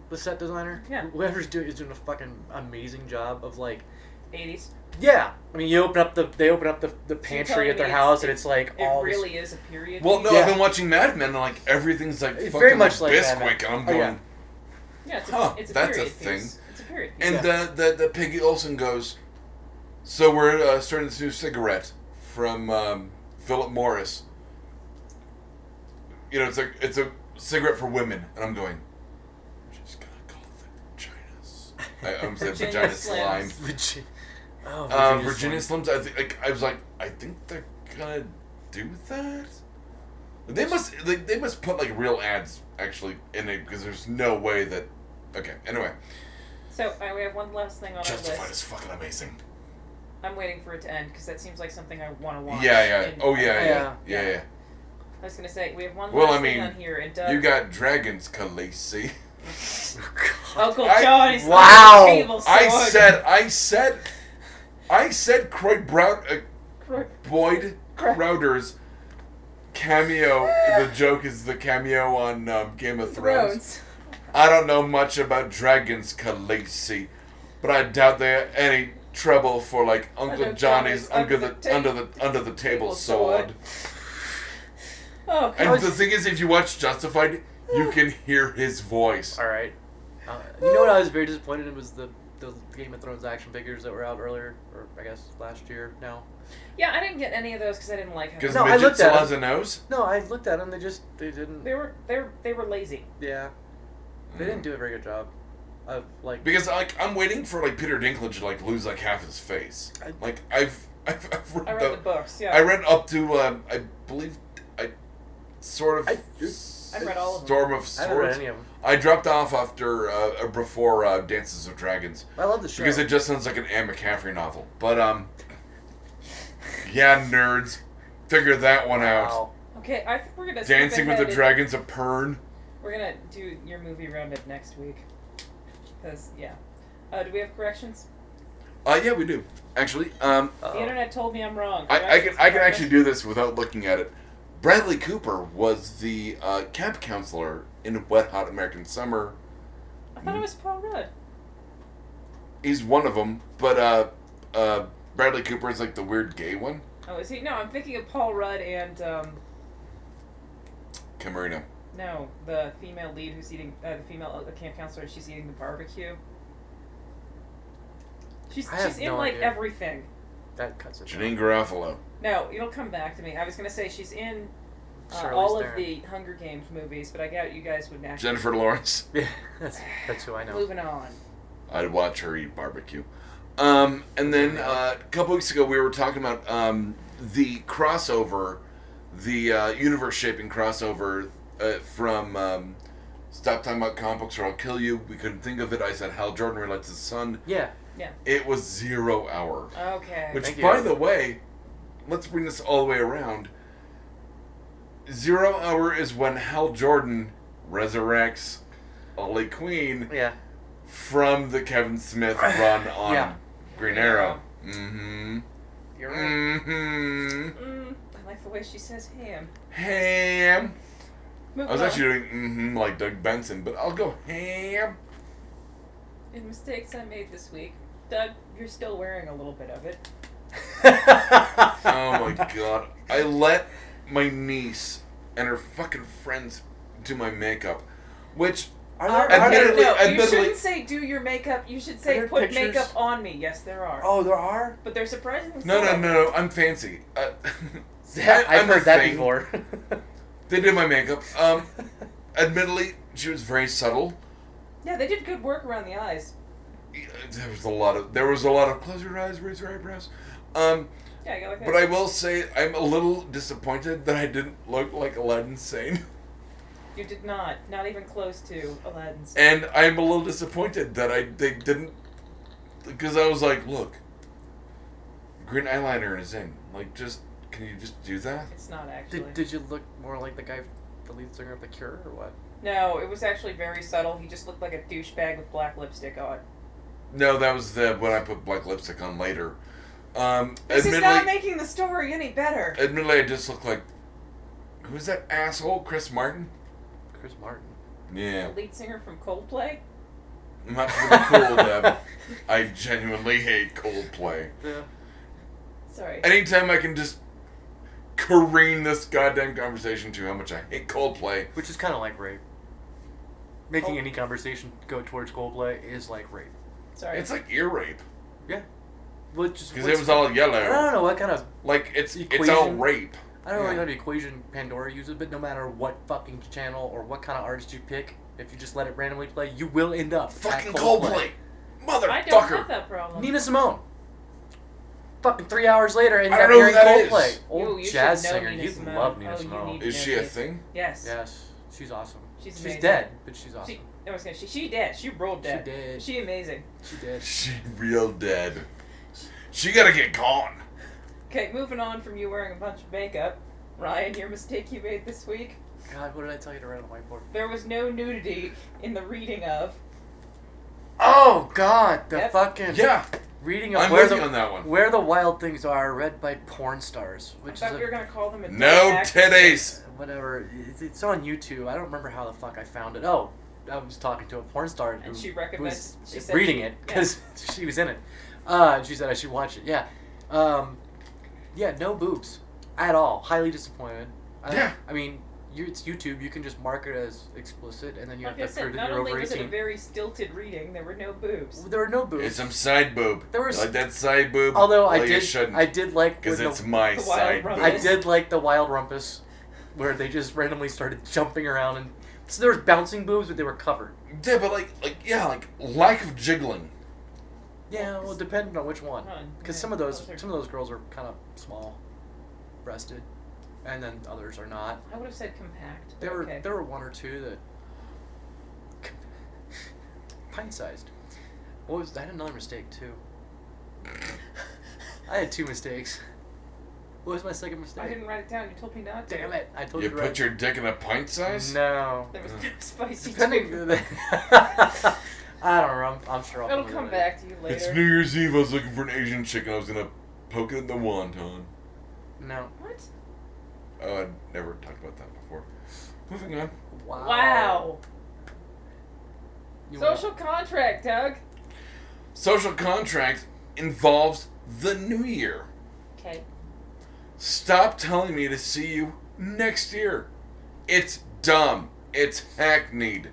Speaker 2: the set designer.
Speaker 3: Yeah.
Speaker 2: Whoever's doing is doing a fucking amazing job of like
Speaker 3: 80s.
Speaker 2: Yeah, I mean, you open up the they open up the, the
Speaker 3: you're
Speaker 2: pantry
Speaker 3: telling
Speaker 2: at their
Speaker 3: me
Speaker 2: house,
Speaker 3: it's-
Speaker 2: and it's like
Speaker 3: It
Speaker 2: all this-
Speaker 3: really is a period.
Speaker 1: Well, no,
Speaker 2: Yeah.
Speaker 1: I've been watching Mad Men, and like everything's like
Speaker 2: It's
Speaker 1: fucking
Speaker 2: very much like Mad Men.
Speaker 1: Bisquick, and I'm
Speaker 2: Oh,
Speaker 1: going.
Speaker 2: yeah.
Speaker 3: yeah, it's a,
Speaker 1: huh,
Speaker 3: it's a
Speaker 1: that's a
Speaker 3: period
Speaker 1: thing.
Speaker 3: piece. It's a period piece.
Speaker 1: And the, the the Peggy Olson goes. So we're uh, starting this new cigarette from um, Philip Morris. You know, it's a it's a cigarette for women, and I'm going. She's gonna call them China's. I, I'm saying
Speaker 3: Virginia
Speaker 1: vagina slime.
Speaker 3: Slims.
Speaker 2: (laughs) Virgi- oh,
Speaker 1: Um, Virginia
Speaker 2: Virginia Slims.
Speaker 1: Slims. I think like, I was like, I think they're gonna do that. They must. Like, they must put like real ads actually in it because there's no way that. Okay. Anyway,
Speaker 3: So uh, we have one last thing on our
Speaker 1: Justified
Speaker 3: list.
Speaker 1: is fucking amazing.
Speaker 3: I'm waiting for it to end because that seems like something I want to watch.
Speaker 1: Yeah, yeah.
Speaker 3: And-
Speaker 1: Oh yeah, yeah,
Speaker 2: Yeah.
Speaker 1: yeah, yeah.
Speaker 3: I was gonna say we have one
Speaker 1: Well,
Speaker 3: last
Speaker 1: I
Speaker 3: thing
Speaker 1: mean,
Speaker 3: on here, and uh, Doug.
Speaker 1: You got dragons, Khaleesi.
Speaker 2: (laughs) Oh, God.
Speaker 3: Uncle
Speaker 1: I-
Speaker 3: John is
Speaker 2: Wow.
Speaker 3: on the table
Speaker 1: I
Speaker 3: sword.
Speaker 1: said, I said, I said, Croy Brown, uh, Boyd Crowder's cameo. the joke is the cameo on um, Game
Speaker 3: Oh,
Speaker 1: of Thrones.
Speaker 3: Thrones.
Speaker 1: I don't know much about dragons, Khaleesi, but I doubt they are any trouble for like Uncle
Speaker 3: Uncle
Speaker 1: Johnny's
Speaker 3: Johnny's
Speaker 1: under the under
Speaker 3: under the ta-
Speaker 1: the under the table
Speaker 3: table
Speaker 1: sword.
Speaker 3: sword. Oh
Speaker 1: And
Speaker 3: God.
Speaker 1: the thing is, if you watch Justified, you can hear his
Speaker 3: Oh.
Speaker 1: voice.
Speaker 2: All right. Uh, you know what I was very disappointed in was the the Game of Thrones action figures that were out earlier, or I guess last year now.
Speaker 3: yeah, I didn't get any of those because I didn't like them.
Speaker 1: Because
Speaker 2: No, I
Speaker 1: Midget
Speaker 2: looked
Speaker 1: still
Speaker 2: at it.
Speaker 1: has a nose.
Speaker 2: No, I looked at them. They just they didn't.
Speaker 3: They were they were- they were lazy.
Speaker 2: Yeah, they didn't do a very good job of like.
Speaker 1: Because like I'm waiting for like Peter Dinklage to like lose like half his face.
Speaker 2: I-
Speaker 1: Like I've (laughs) I've, I've read,
Speaker 3: I read the books. Yeah.
Speaker 1: I read up to um, I believe I sort of
Speaker 2: I-
Speaker 3: I read all of them.
Speaker 1: Storm of
Speaker 2: I haven't read
Speaker 1: Swords.
Speaker 2: any of them.
Speaker 1: I dropped off after uh, before uh, Dances of Dragons
Speaker 2: I love the show.
Speaker 1: because it just sounds like an Anne McCaffrey novel. But um, yeah, nerds, figure that one out.
Speaker 2: Wow.
Speaker 3: okay, I think we're gonna skip
Speaker 1: Dancing with the
Speaker 3: ahead and-
Speaker 1: Dragons of Pern.
Speaker 3: We're gonna do your movie roundup next week. Cause yeah. Uh, do we have corrections?
Speaker 1: Uh, yeah, we do actually. Um,
Speaker 2: Uh-oh.
Speaker 3: The internet told me I'm wrong.
Speaker 1: I, I can I can
Speaker 3: Corrections.
Speaker 1: actually do this without looking at it. Bradley Cooper was the uh, camp counselor in Wet Hot American Summer.
Speaker 3: I thought it was Paul Rudd.
Speaker 1: He's one of them, but uh, uh, Bradley Cooper is like the weird gay one.
Speaker 3: Oh, is he? No, I'm thinking of Paul Rudd and um,
Speaker 1: Camarino.
Speaker 3: no, the female lead who's eating uh, the female uh, camp counselor. and She's eating the barbecue. She's
Speaker 2: I have
Speaker 3: she's in
Speaker 2: no
Speaker 3: like
Speaker 2: idea.
Speaker 3: everything.
Speaker 2: that cuts it.
Speaker 1: Janine Garofalo.
Speaker 3: No, it'll come back to me. I was gonna say she's in uh,
Speaker 2: Charlize
Speaker 3: all of
Speaker 2: Theron.
Speaker 3: the Hunger Games movies, but I doubt you guys would naturally.
Speaker 1: Jennifer Lawrence.
Speaker 2: (laughs) Yeah, that's that's who I know.
Speaker 3: Moving on.
Speaker 1: I'd watch her eat barbecue. Um, and then uh, a couple weeks ago, we were talking about um, the crossover, the uh, universe shaping crossover uh, from um, Stop Talking About Comic Books or I'll Kill You. We couldn't think of it. I said Hal Jordan relates his son.
Speaker 2: Yeah,
Speaker 1: It was zero hour.
Speaker 3: Okay.
Speaker 1: Which,
Speaker 2: Thank you.
Speaker 1: by the way, let's bring this all the way around. Zero hour is when Hal Jordan resurrects Ollie Queen
Speaker 2: yeah.
Speaker 1: from the Kevin Smith
Speaker 2: (sighs)
Speaker 1: run on
Speaker 2: Yeah.
Speaker 1: Green Arrow. Mm-hmm.
Speaker 2: You're right.
Speaker 1: Mm-hmm.
Speaker 3: Mm, I like the way she says ham.
Speaker 1: Ham.
Speaker 3: Moving
Speaker 1: I was
Speaker 3: on.
Speaker 1: actually doing mm-hmm like Doug Benson, but I'll go ham.
Speaker 3: In mistakes I made this week, Doug, you're still wearing a little bit of it.
Speaker 1: Oh
Speaker 2: (laughs)
Speaker 1: my god. I let my niece and her fucking friends do my makeup, which
Speaker 2: Are
Speaker 3: All
Speaker 2: there,
Speaker 3: right.
Speaker 2: are there,
Speaker 1: Admittedly-
Speaker 3: no, you
Speaker 1: admittedly-
Speaker 3: shouldn't say do your makeup. You should say
Speaker 2: there
Speaker 3: put
Speaker 2: pictures?
Speaker 3: makeup on me. Yes, there are.
Speaker 2: oh, there are.
Speaker 3: But they're surprisingly
Speaker 1: No, no,
Speaker 3: subtle.
Speaker 1: no, no. I'm fancy. Uh,
Speaker 2: (laughs) Yeah,
Speaker 1: I'm
Speaker 2: I've
Speaker 1: a
Speaker 2: heard that
Speaker 1: thing. (laughs)
Speaker 2: before.
Speaker 1: They did my makeup.
Speaker 2: (laughs)
Speaker 1: Um, admittedly, she was very subtle.
Speaker 3: Yeah, they did good work around the eyes.
Speaker 1: There was a lot of there was a lot of close your eyes, raise your eyebrows. Um,
Speaker 3: Yeah, you go like that.
Speaker 1: but I will say I'm a little disappointed that I didn't look like Aladdin Sane, (laughs)
Speaker 3: You did not. Not even close to Aladdin's.
Speaker 1: and I'm a little disappointed that I they didn't because I was like, look, green eyeliner is in. Like, just can you just do that?
Speaker 3: It's not actually.
Speaker 2: did, did you look more like the guy, the lead singer of The Cure, or what?
Speaker 3: No, it was actually very subtle. He just looked like a douchebag with black lipstick on.
Speaker 1: No, that was the when I put black lipstick on later. Um,
Speaker 3: This is
Speaker 1: admittedly,
Speaker 3: not making the story any better.
Speaker 1: Admittedly, I just look like. Who's that asshole? Chris Martin?
Speaker 2: Chris Martin.
Speaker 1: (laughs) Yeah.
Speaker 3: The lead singer from Coldplay.
Speaker 1: I'm not trying to be
Speaker 3: (laughs)
Speaker 1: cool, Deb. I genuinely hate Coldplay.
Speaker 2: (laughs) Yeah.
Speaker 3: Sorry.
Speaker 1: Anytime I can just careen this goddamn conversation to how much I hate Coldplay.
Speaker 2: Which is kind of like rape. Making
Speaker 3: Oh.
Speaker 2: any conversation go towards Coldplay is like rape.
Speaker 3: Sorry.
Speaker 1: It's like ear rape.
Speaker 2: Yeah. Which is.
Speaker 1: Because it was all
Speaker 2: I don't
Speaker 1: yellow.
Speaker 2: know what kind of.
Speaker 1: Like, it's, it's all
Speaker 2: Equation.
Speaker 1: rape.
Speaker 2: I don't know
Speaker 1: Yeah.
Speaker 2: what kind of equation Pandora uses, but no matter what fucking channel or what kind of artist you pick, if you just let it randomly play, you will end up at
Speaker 1: Fucking Coldplay.
Speaker 3: I don't
Speaker 1: Motherfucker.
Speaker 3: have that problem.
Speaker 2: Nina Simone. Fucking three hours later, and
Speaker 1: I
Speaker 2: you got
Speaker 1: don't know
Speaker 2: Mary
Speaker 1: who that
Speaker 2: Coldplay,
Speaker 1: is.
Speaker 2: old
Speaker 3: Yo, you should
Speaker 2: jazz
Speaker 3: know
Speaker 2: singer.
Speaker 3: Nina
Speaker 2: you
Speaker 3: Simone.
Speaker 2: love Nina
Speaker 3: Oh, you
Speaker 2: Simone.
Speaker 3: need-
Speaker 1: Is she a thing?
Speaker 3: yes.
Speaker 2: Yes, she's awesome.
Speaker 3: She's
Speaker 2: She's,
Speaker 3: amazing.
Speaker 2: dead, but she's awesome.
Speaker 3: She, I was gonna, she, she dead. She rolled
Speaker 2: She
Speaker 3: dead.
Speaker 2: did.
Speaker 3: She amazing.
Speaker 2: She did.
Speaker 1: She real dead. She gotta get gone.
Speaker 3: Okay, moving on from you wearing a bunch of makeup. Ryan, your mistake you made this week.
Speaker 2: God, what did I tell you to write on the whiteboard?
Speaker 3: There was no nudity in the reading of.
Speaker 2: Oh God, the
Speaker 3: Yep.
Speaker 2: fucking
Speaker 1: Yeah,
Speaker 2: reading of
Speaker 1: I'm
Speaker 2: where
Speaker 1: with
Speaker 2: the
Speaker 1: you on that one.
Speaker 2: where the wild things are, read by porn stars,
Speaker 3: I
Speaker 2: which is
Speaker 3: thought
Speaker 2: a-
Speaker 3: we were gonna call them a
Speaker 1: No
Speaker 3: direct-
Speaker 1: titties.
Speaker 2: whatever. It's, it's on YouTube. I don't remember how the fuck I found it. Oh, I was talking to a porn star
Speaker 3: And
Speaker 2: who
Speaker 3: she recommends-
Speaker 2: was
Speaker 3: she said
Speaker 2: reading
Speaker 3: she-
Speaker 2: it because (laughs) she was in it. Uh, and she said I should watch it. Yeah, um, yeah, no boobs at all. Highly disappointed. I,
Speaker 1: Yeah.
Speaker 2: I mean, you, it's YouTube. You can just mark it as explicit, and then you
Speaker 3: Like
Speaker 2: have
Speaker 3: I
Speaker 2: to prove
Speaker 3: said,
Speaker 2: that
Speaker 3: not
Speaker 2: you're
Speaker 3: only
Speaker 2: over
Speaker 3: was it a
Speaker 2: eighteen.
Speaker 3: very stilted reading, there were no boobs.
Speaker 2: There are no boobs.
Speaker 1: It's some side boob.
Speaker 2: There was-
Speaker 1: like that side boob.
Speaker 2: Although I
Speaker 1: like it
Speaker 2: did,
Speaker 1: shouldn't,
Speaker 2: I did like
Speaker 1: because
Speaker 2: when the-
Speaker 1: it's my
Speaker 3: The wild
Speaker 1: side boob.
Speaker 3: rump.
Speaker 2: I did like the wild rumpus, where they just randomly started jumping around and so there was bouncing boobs, but they were covered.
Speaker 1: Yeah, but like, like, yeah, like lack of jiggling.
Speaker 2: Yeah, well, depending on which one,
Speaker 3: Huh,
Speaker 2: because
Speaker 3: yeah,
Speaker 2: some of those
Speaker 3: those are-
Speaker 2: some of those girls are kind of small, breasted, and then others are not.
Speaker 3: I would have said compact. but
Speaker 2: There were
Speaker 3: okay.
Speaker 2: there were one or two that pint sized. What was I had another mistake too. I had two mistakes. What was my second mistake?
Speaker 3: (laughs) I didn't write it down. You told me not to.
Speaker 2: Damn it! I told
Speaker 1: You
Speaker 2: you. right.
Speaker 1: put your dick in a pint size.
Speaker 2: no.
Speaker 3: There was no spicy.
Speaker 2: Mm. Depending.
Speaker 3: chicken.
Speaker 2: (laughs) I don't know. I'm, I'm sure I'll.
Speaker 3: It'll
Speaker 2: believe
Speaker 3: come
Speaker 2: it.
Speaker 3: back to you later.
Speaker 1: It's New Year's Eve. I was looking for an Asian chick, and I was gonna poke it in the wonton.
Speaker 2: No.
Speaker 3: What?
Speaker 1: Oh, I never talked about that before. Moving on.
Speaker 2: Wow.
Speaker 3: Wow.
Speaker 2: You wanna-
Speaker 3: Social contract, Doug.
Speaker 1: Social contract involves the new year.
Speaker 3: Okay.
Speaker 1: Stop telling me to see you next year. It's dumb. It's hackneyed.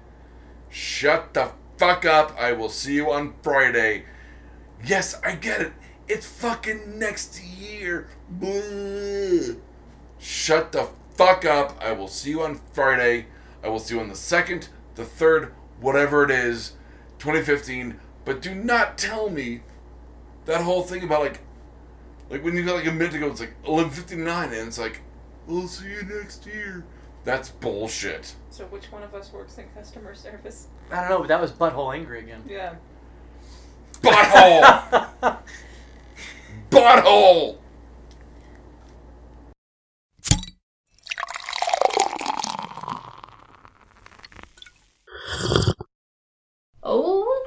Speaker 1: Shut the fuck up. I will see you on Friday. Yes, I get it. It's fucking next year. Bleh. Shut the fuck up. I will see you on Friday. I will see you on the 2nd, the 3rd, whatever it is, 2015. But do not tell me that whole thing about like like when you got like a minute ago, it's like eleven fifty nine, and it's like, "We'll see you next year." That's bullshit.
Speaker 3: So which one of us works in customer service?
Speaker 2: I don't know, but that was butthole angry again.
Speaker 3: Yeah.
Speaker 1: Butthole, (laughs) butthole.
Speaker 4: Oh,